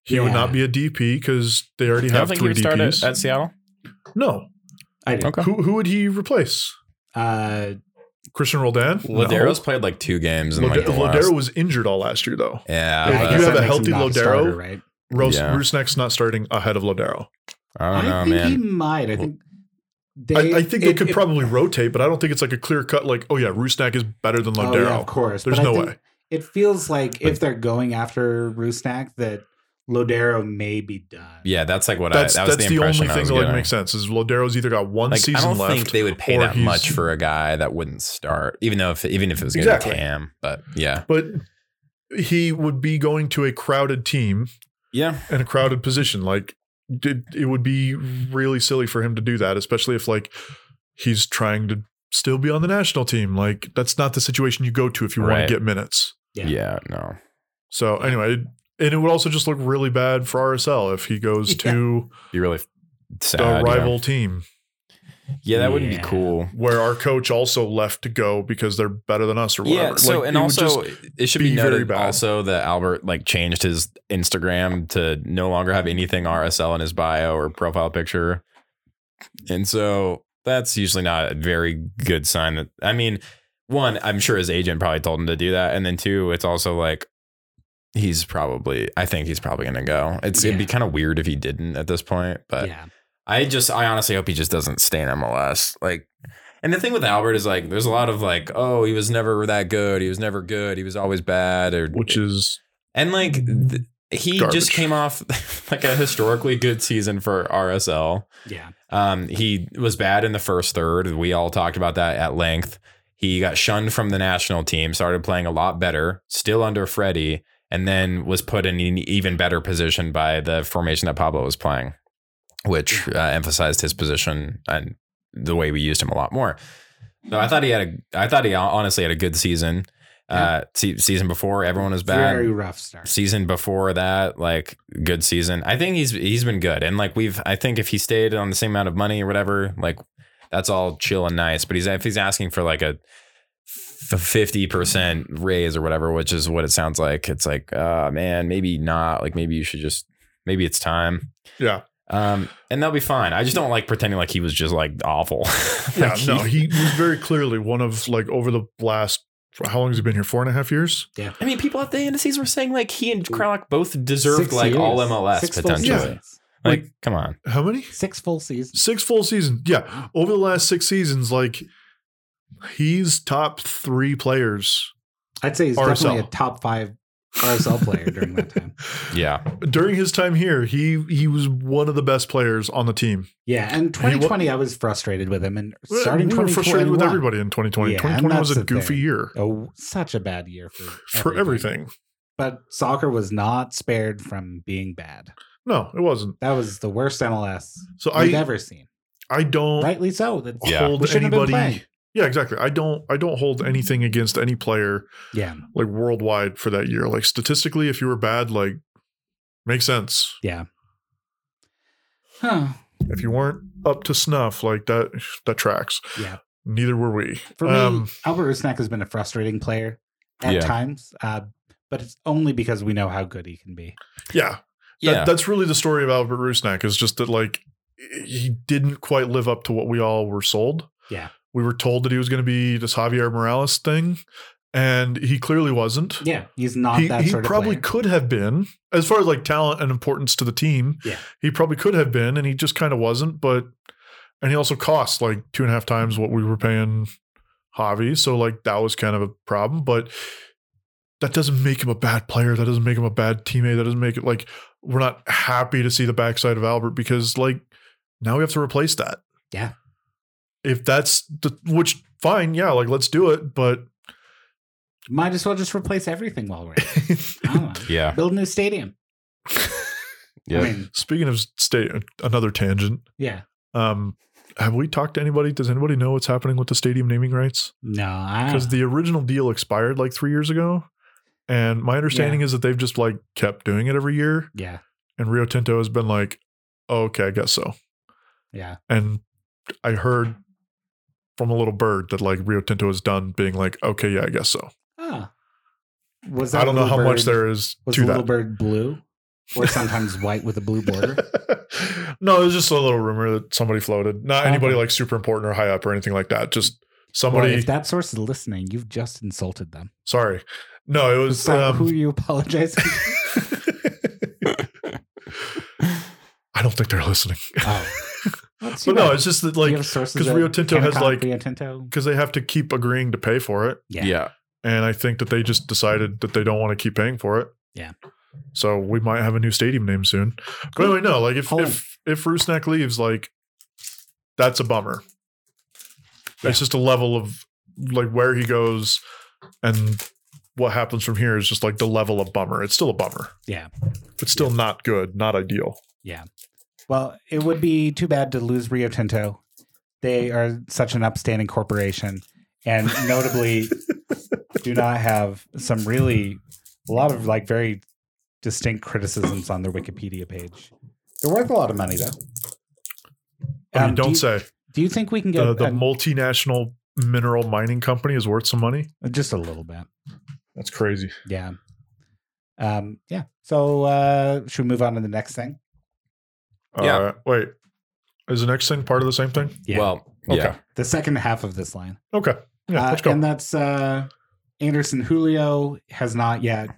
He would
Yeah.
not be a DP because they already
I don't
have
think he
three
would start
DPs.
at, at Seattle.
no,
I do.
Okay.
who who would he replace?
Uh,
Christian Roldan. No.
Ladero's played like two games in
Lode-
like the last.
Lodero was injured all last year though.
yeah.
I
If
but
guess
you have
that
a
makes
healthy
him not
Lodero-
starter, right?
Rose,
Yeah.
Rusnak's not starting ahead of Lodero.
I don't know,
think
man.
he might. I think they,
I, I think they
it-
could
it-
probably rotate, but I don't think it's like a clear cut. Like, oh yeah, Rusnak is better than
Oh,
Lodero.
yeah, of course.
There's
but I
no
think
way.
It feels like if they're going after Rusnak, that Lodero may be done.
yeah, that's like what
That's
I. That was
that's
the
the, only
impression I
thing
was
that like
getting.
makes sense is Lodero's either got one
Like, I
season
don't
left.
think they would pay
or
that
he's-
much for a guy that wouldn't start, even though if even if it was going to
Exactly.
be Tam. But yeah,
But he would be going to a crowded team
yeah,
and a crowded position. Like it, it would be really silly for him to do that, especially if like he's trying to still be on the national team. Like that's not the situation you go to if you want
Right.
to get minutes.
Yeah.
yeah, no,
So anyway, it- and it would also just look really bad for RSL if he goes to
be really f-
the
sad. yeah.
rival team
yeah, that wouldn't be
Yeah.
cool.
where our coach also left to go because they're better than us or whatever.
Yeah. So
Like,
and
it would just-
also it should be,
be very
noted
bad.
also that Albert like changed his Instagram to no longer have anything RSL in his bio or profile picture, and so that's usually not a very good sign. That I mean, one, I'm sure his agent probably told him to do that, and then two, it's also like. He's probably. I think he's probably gonna go. It's it'd be
Yeah.
kind of weird if he didn't at this point, but
yeah.
I just, I honestly hope he just doesn't stay in MLS. Like, and the thing with Albert is like, there's a lot of like, oh, he was never that good. He was never good. He was always bad. Or
which is
and like th- he
Garbage.
just came off like a historically good season for RSL.
Yeah.
Um, he was bad in the first third. We all talked about that at length. He got shunned from the national team, started playing a lot better, still under Freddie, and then was put in an even better position by the formation that Pablo was playing, which uh, emphasized his position and the way we used him a lot more. So I thought he had a, I thought he honestly had a good season. Uh, se- season before, everyone was bad
Very rough start.
season before that, like good season. I think he's he's been good, and like we've, I think if he stayed on the same amount of money or whatever, like that's all chill and nice. But he's if he's asking for like a fifty percent raise or whatever, which is what it sounds like, it's like, uh man, maybe not. Like maybe you should just, maybe it's time.
yeah,
Um, and that'll be fine. I just don't like pretending like he was just like awful.
yeah.
Like,
no, he was very clearly one of like over the last how long has he been here? Four and a half years.
I mean, people at the indices were saying like he and Kralak both deserved
Six
like all
years.
MLS
Six full
potentially.
seasons.
Like,
Like-
come on.
How many?
Six full seasons.
Six full seasons. Yeah, over the last six seasons, like He's top three players
I'd say he's
RSL.
definitely a top five RSL player during that time.
Yeah.
During his time here, he he was one of the best players on the team.
Yeah, and
wa-
2020, I was frustrated with him, and
Well,
starting
we were frustrated with
2021,
everybody in 2020.
Yeah, and
2020 was
that's
a
the
goofy
thing.
year
Oh, such a bad year for
for everything.
But soccer was not spared from being bad.
No, it wasn't.
That was the worst MLS
So
we've
I
ever seen.
I don't
Rightly so. That's-
Yeah.
hold
We shouldn't have been
anybody.
playing.
Yeah, exactly. I don't I don't hold anything against any player
Yeah,
like worldwide for that year. Like statistically, if you were bad, like makes sense.
yeah. Huh.
If you weren't up to snuff, like that that tracks.
Yeah.
Neither were we.
For me,
Um,
Albert Rusnak has been a frustrating player at
Yeah.
times, uh, but it's only because we know how good he can be.
Yeah. That,
Yeah.
That's really the story of Albert Rusnak is just that like he didn't quite live up to what we all were sold.
Yeah.
We were told that he was going to be this Javier Morales thing, and he clearly wasn't.
Yeah, he's not
he
that
he
sort of
probably
player.
could have been, as far as like talent and importance to the team.
Yeah.
He probably could have been, and he just kind of wasn't. But and he also cost like two and a half times what we were paying Javi. So like that was kind of a problem. But that doesn't make him a bad player. That doesn't make him a bad teammate. That doesn't make it like we're not happy to see the backside of Albert because like now we have to replace that.
Yeah.
If that's the which fine, yeah, like let's do it. But
Might as well just replace everything while we're at it. I don't know.
Yeah.
build a new stadium.
Yeah.
I mean,
speaking of state another tangent.
yeah.
Um, have we talked to anybody? Does anybody know what's happening with the stadium naming rights?
No, I
Because
don't know.
the original deal expired like three years ago, and my understanding is that they've just like kept doing it every year,
yeah,
and Rio Tinto has been like, oh, okay, I guess so.
yeah,
And I heard from a little bird that like Rio Tinto is done being like, okay, yeah, I guess so.
oh. was
I don't know
Little
how much
Bird-
there is
was
to
little
that.
bird blue, or sometimes white with a blue border.
no, it was just a little rumor that somebody floated. Not anybody
Okay.
like super important or high up or anything like that. Just
Well,
somebody.
if that source is listening, you've just insulted them.
Sorry. No, it was.
So who
Um,
you apologize?
I don't think they're listening.
oh, That's
But
too bad.
no, it's just that
Do Oh. you
like
have sources
'cause
that
Rio Tinto has,
Kennecott,
like-
Rio Tinto.
because they have to keep agreeing to pay for it,
Yeah,
Yeah.
yeah,
and I think that they just decided that they don't want to keep paying for it.
Yeah.
So we might have a new stadium name soon. But
Cool.
anyway, no, like if
Cool.
if if Rusnak leaves, like that's a bummer.
Yeah.
It's just a level of like where he goes and what happens from here is just like the level of bummer. It's still a bummer.
yeah.
It's still not good, not ideal.
Well, it would be too bad to lose Rio Tinto. They are such an upstanding corporation, and notably, do not have some really a lot of like very distinct criticisms on their Wikipedia page. They're worth a lot of money, though.
I mean,
Um,
don't
do you,
say
Do you think we can get
the, the
a-
multinational mineral mining company is worth some money.
just a little bit?
That's crazy.
Yeah. Um, yeah. So uh, should we move on to the next thing?
Yeah.
Uh, wait, is the next thing part of the same thing?
Yeah.
Well,
Okay.
yeah.
the second half of this line.
Okay. Yeah,
Uh,
let's go.
And that's uh, Anderson Julio has not yet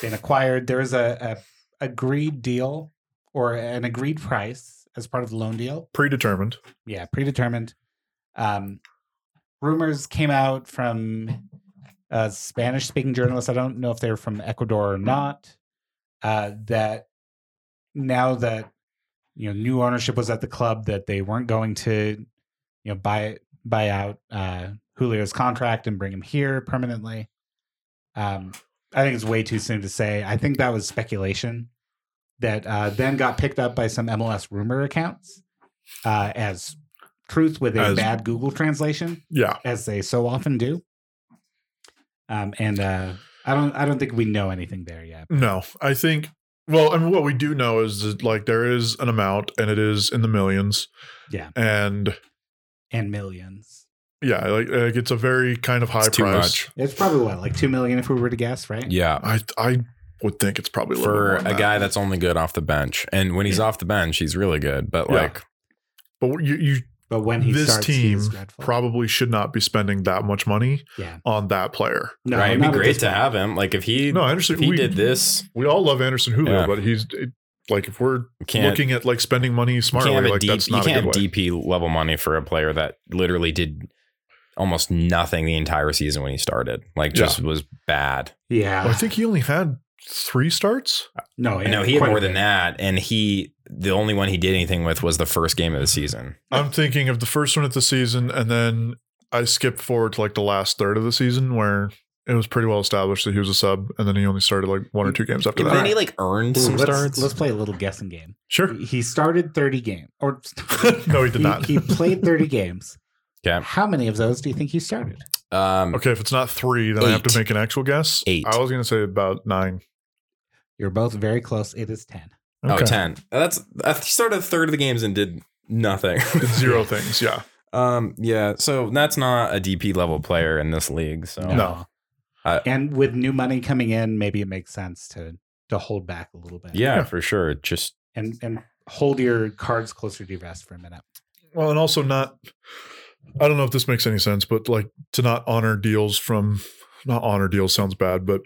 been acquired. There is a, a agreed deal or an agreed price as part of the loan deal.
Predetermined.
Yeah, predetermined. Um, rumors came out from a Spanish speaking journalist. I don't know if they were from Ecuador or not. Uh, that now that you know new ownership was at the club, that they weren't going to you know buy buy out uh, Julio's contract and bring him here permanently. Um, I think it's way too soon to say. I think that was speculation that uh, then got picked up by some MLS rumor accounts uh, as truth with a
As-
bad Google translation,
Yeah.
as they so often do. Um, and uh, I don't, I don't think we know anything there yet.
No, I think. Well, I mean, what we do know is that like there is an amount, and it is in the millions.
Yeah.
And
And millions.
yeah, like, like it's a very kind of high
It's too
price.
It's probably what, like two million, if we were to guess, right?
Yeah.
I I would think it's probably a little
For
more
a
than that.
guy that's only good off the bench. And when he's off the bench, he's really good. But
Yeah.
like,
But you you
But when he
This
starts,
team
he's dreadful.
probably should not be spending that much money
yeah.
on that player.
No,
right, it'd be
not at
great
this
to
point.
have him. Like if he
No, I understand.
if he
we,
did this,
we all love Anderson Julio,
Yeah.
but he's it, like if we're
can't
looking at like spending money
you
smartly,
can't have a
like
deep,
that's
you
not a
can't
good
have
way.
DP level money for a player that literally did almost nothing the entire season when he started. Like just was bad.
Yeah.
Well, I think he only had three starts.
no,
no, he had
quite a
more than
bit.
that, and he the only one he did anything with was the first game of the season.
I'm thinking of the first one of the season, and then I skipped forward to like the last third of the season where it was pretty well established that he was a sub, and then he only started like one or two games after
And
that.
then he like earned
Ooh,
some
let's,
starts.
let's play a little guessing game.
Sure.
He started 30 games. Or
no, he did not.
He, played 30 games.
Okay.
How many of those do you think he started?
Um,
Okay, if it's not three, then I have
Eight.
to make an actual guess.
Eight.
I was going to say about nine.
You're both very close. It is 10.
Oh, 10. That's I th- started a third of the games and did nothing.
Did Zero things. Yeah.
Um, yeah. So that's not a DP level player in this league. So
No.
I-
and with new money coming in, maybe it makes sense to to hold back a little bit.
yeah,
Yeah.
for sure. Just
And and hold your cards closer to your vest for a minute.
Well, and also not. I don't know if this makes any sense, but like to not honor deals from, not honor deals sounds bad, but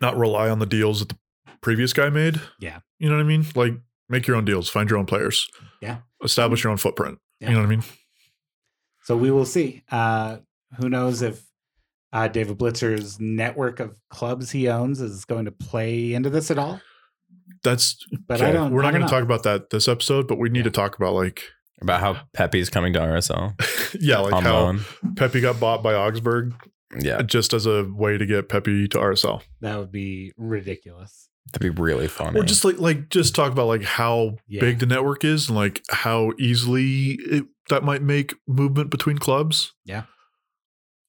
not rely on the deals that the previous guy made.
Yeah.
You know what I mean? Like make your own deals, find your own players.
Yeah.
Establish your own footprint.
Yeah.
You know what I mean?
So we will see. Uh, who knows if uh, David Blitzer's network of clubs he owns is going to play into this at all?
That's,
But I
okay.
don't.
we're
I
not
don't
going to
know.
talk about that this episode, but we need
Yeah.
to talk about like,
about how Pepe's coming to RSL
yeah, like
on
how
loan.
Pepe got bought by Augsburg
Yeah,
just as a way to get Pepe to RSL.
That would be ridiculous.
that'd be really funny.
Or just like like just talk about like how
Yeah.
big the network is and like how easily it, that might make movement between clubs.
Yeah.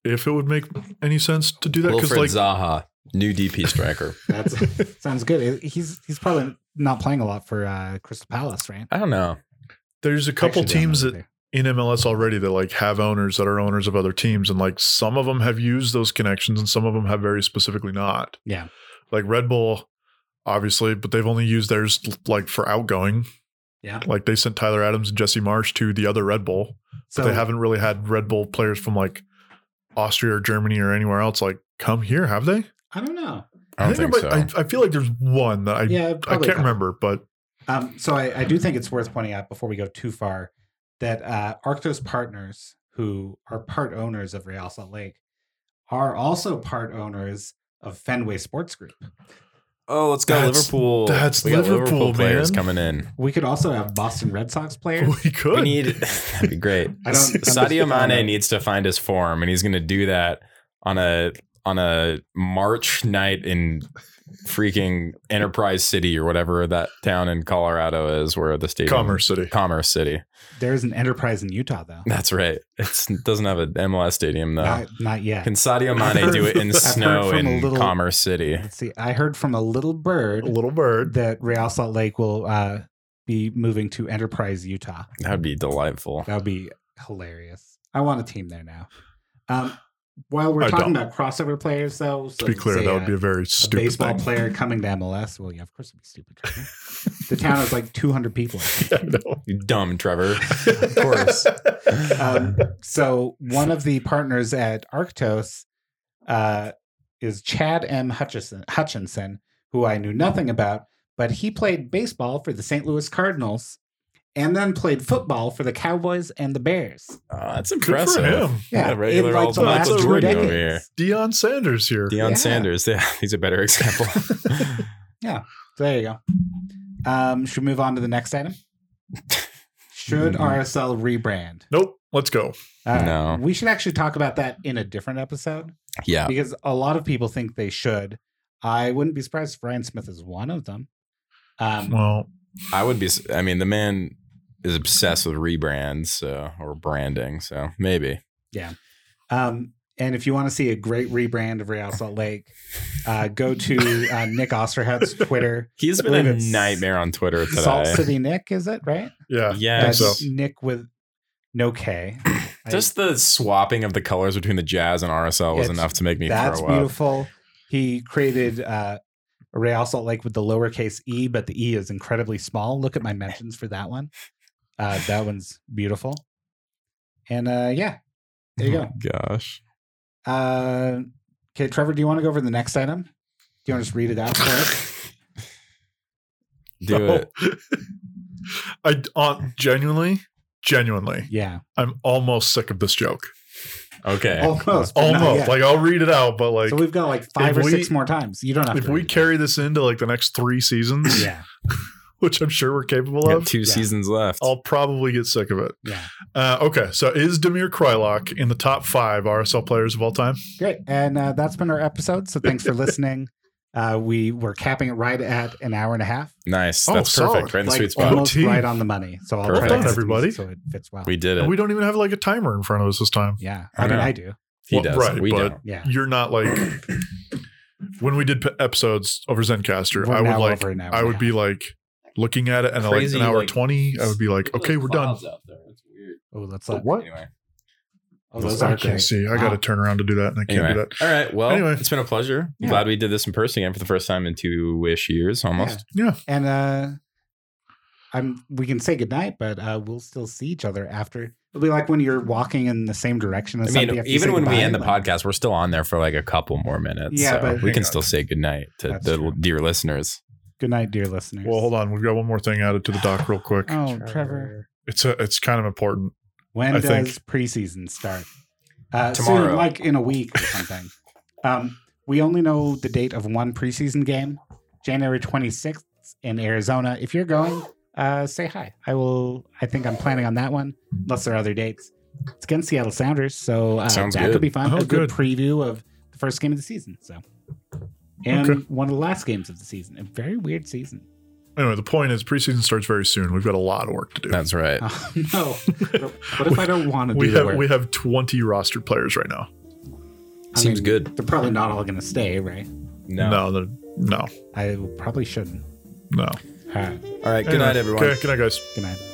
If it would make any sense to do that, because
Wilfred
like
uh,
Zaha, new DP striker.
That's sounds good. He's he's probably not playing a lot for uh, Crystal Palace, right?
I don't know.
there's a
Actually,
couple
I don't
teams
know
that
either.
in MLS already that like have owners that are owners of other teams, and like some of them have used those connections, and some of them have very specifically not.
Yeah.
Like Red Bull, obviously, but they've only used theirs like for outgoing.
Yeah.
Like they sent Tyler Adams and Jesse Marsh to the other Red Bull.
So
but they haven't really had Red Bull players from like Austria or Germany or anywhere else like come here, have they?
I don't know.
I don't think so.
I, I feel like there's one that I
yeah,
I
probably
can't
not.
remember, but
Um, so I, I do think it's worth pointing out before we go too far that uh, Arctos Partners, who are part owners of Real Salt Lake, are also part owners of Fenway Sports Group.
oh, let's go
That's-
Liverpool.
that's
we got Liverpool,
Liverpool,
players
man.
coming in.
We could also have Boston Red Sox players.
we could.
We need that'd be great.
I don't-
Sadio
I don't
Mane
know.
needs to find his form, and he's going to do that on a on a March night in freaking Enterprise City or whatever that town in Colorado is, where the stadium
Commerce City.
Commerce City.
There's an enterprise in Utah, though.
That's right. It's, it doesn't have an MLS stadium though.
Not, not yet.
Can Sadio Mane do it in
I've heard
snow
from a
in
little-
Commerce City?
Let's see. I heard from a little bird
A little bird.
that Real Salt Lake will uh, be moving to Enterprise, Utah.
That would be delightful.
That would be hilarious. I want a team there now. Um, while we're
I
talking
don't.
about crossover players, though, so
To be clear,
say,
that
uh,
would be a very
a
stupid
baseball
thing.
player coming to MLS. Well, yeah, of course it'd be stupid. Trevor. the town is like 200 people.
Yeah, I know.
You dumb, Trevor. Of course.
Um, so one of the partners at Arctos uh, is Chad M. Hutchison, Hutchinson, who I knew nothing about, but he played baseball for the St. Louis Cardinals and then played football for the Cowboys and the Bears.
Aw, that's
Good
impressive.
for him.
Yeah, regular
in,
old
the
Michael
last two
Jordan over here.
decades.
Deion Sanders here.
Deion
Yeah.
Sanders. Yeah, he's a better example.
So there you go. Um, should we move on to the next item? Should
Mhm.
RSL rebrand?
Nope. Let's go.
All right.
No.
We should actually talk about that in a different episode
yeah.
because a lot of people think they should. I wouldn't be surprised if Ryan Smith is one of them. Um,
Well,
I would be. s- I mean, the man is obsessed with rebrands so, or branding. So maybe.
um, and if you want to see a great rebrand of Real Salt Lake, uh, go to uh, Nick Osterhout's Twitter.
He's
I
been a
believe it's
nightmare on Twitter today.
Salt City Nick, is it right?
yeah.
Yes.
so.
Nick with no K. I-
Just the swapping of the colors between the Jazz and RSL was
It's-
enough to make me
That's
throw up.
beautiful. He created uh, Real Salt Lake with the lowercase e, but the e is incredibly small. Look at my mentions for that one. Uh, that one's beautiful. And uh, yeah, there you
Oh my Gosh.
go. Uh, okay, Trevor, do you want to go over the next item? Do you want to just read it out for us?
Do
No.
it.
I uh, genuinely, genuinely,
Yeah.
I'm almost sick of this joke.
Okay.
Almost. but not
Almost.
yet.
Like I'll read it out, but like
so we've got like five
if
or
we-
six more times. You don't have
if
to.
we
read it.
carry this into like the next three seasons,
Yeah.
which I'm sure we're capable
Got
of,
two
Yeah.
seasons left.
I'll probably get sick of it.
Yeah.
Uh, okay, so is Demir Krylock in the top five RSL players of all time?
Great. And uh, that's been our episode. So thanks for listening. Uh, we were capping it right at an hour and a half.
nice.
Oh,
That's perfect.
solid.
Right in the
like
sweet spot.
almost
OT.
right on the money. So I'll
Perfect.
try to
Well done,
cut these
everybody.
So it fits well.
We did it.
And we don't even have like a timer in front of us this time.
yeah.
I
I mean,
know.
I do.
he
Well,
does.
right,
we
but-
don't.
Yeah.
You're not like when we did p- episodes over Zencaster.
We're
I would
now
like,
over an hour
I
and a
would
half.
be like looking at it and like
Crazy,
an hour
like-
twenty. I would be like, okay, we're done.
Oh, let's look.
What?
Anyway.
Oh, those are
I can't
great.
see. I got to
Wow.
turn around to do that, and I can't do
Anyway.
that.
All right. Well,
Anyway.
it's been a pleasure. I'm
Yeah.
Glad we did this in person again for the first time in two ish years almost.
Yeah.
And uh, I'm. We can say goodnight, but uh, we'll still see each other after. It'll be like when you're walking in the same direction as
I
somebody.
mean,
if you
even
say
when we
goodbye,
end the
like-
podcast, we're still on there for like a couple more minutes.
Yeah,
so
but-
we
Hang
can
on.
still say goodnight to
That's
the
true.
dear listeners.
Good night, dear listeners.
Well, hold on. We've got one more thing added to the doc real quick.
Oh, Trevor.
It's a, it's kind of important.
When
I
does
think-
preseason start? Uh,
Tomorrow.
Soon, like in a week or something. um, we only know the date of one preseason game, January 26th in Arizona. If you're going, uh, say hi. I will. I think I'm planning on that one, unless there are other dates. It's against Seattle Sounders, so uh,
Sounds
that
good.
could be fun.
Oh,
a good,
good.
preview of the first game of the season. So, and
Okay.
one of the last games of the season. A very weird season.
Anyway, the point is preseason starts very soon. We've got a lot of work to do.
That's right.
Oh, no. What if I don't want to do
we
the
have
work?
we have 20 roster players right now.
I
Seems
mean,
good.
They're probably not all going to stay, right?
No.
No, the- no,
I probably shouldn't.
no.
All right.
All right. Good
Anyway,
night, everyone.
Okay, good night, guys.
Good night.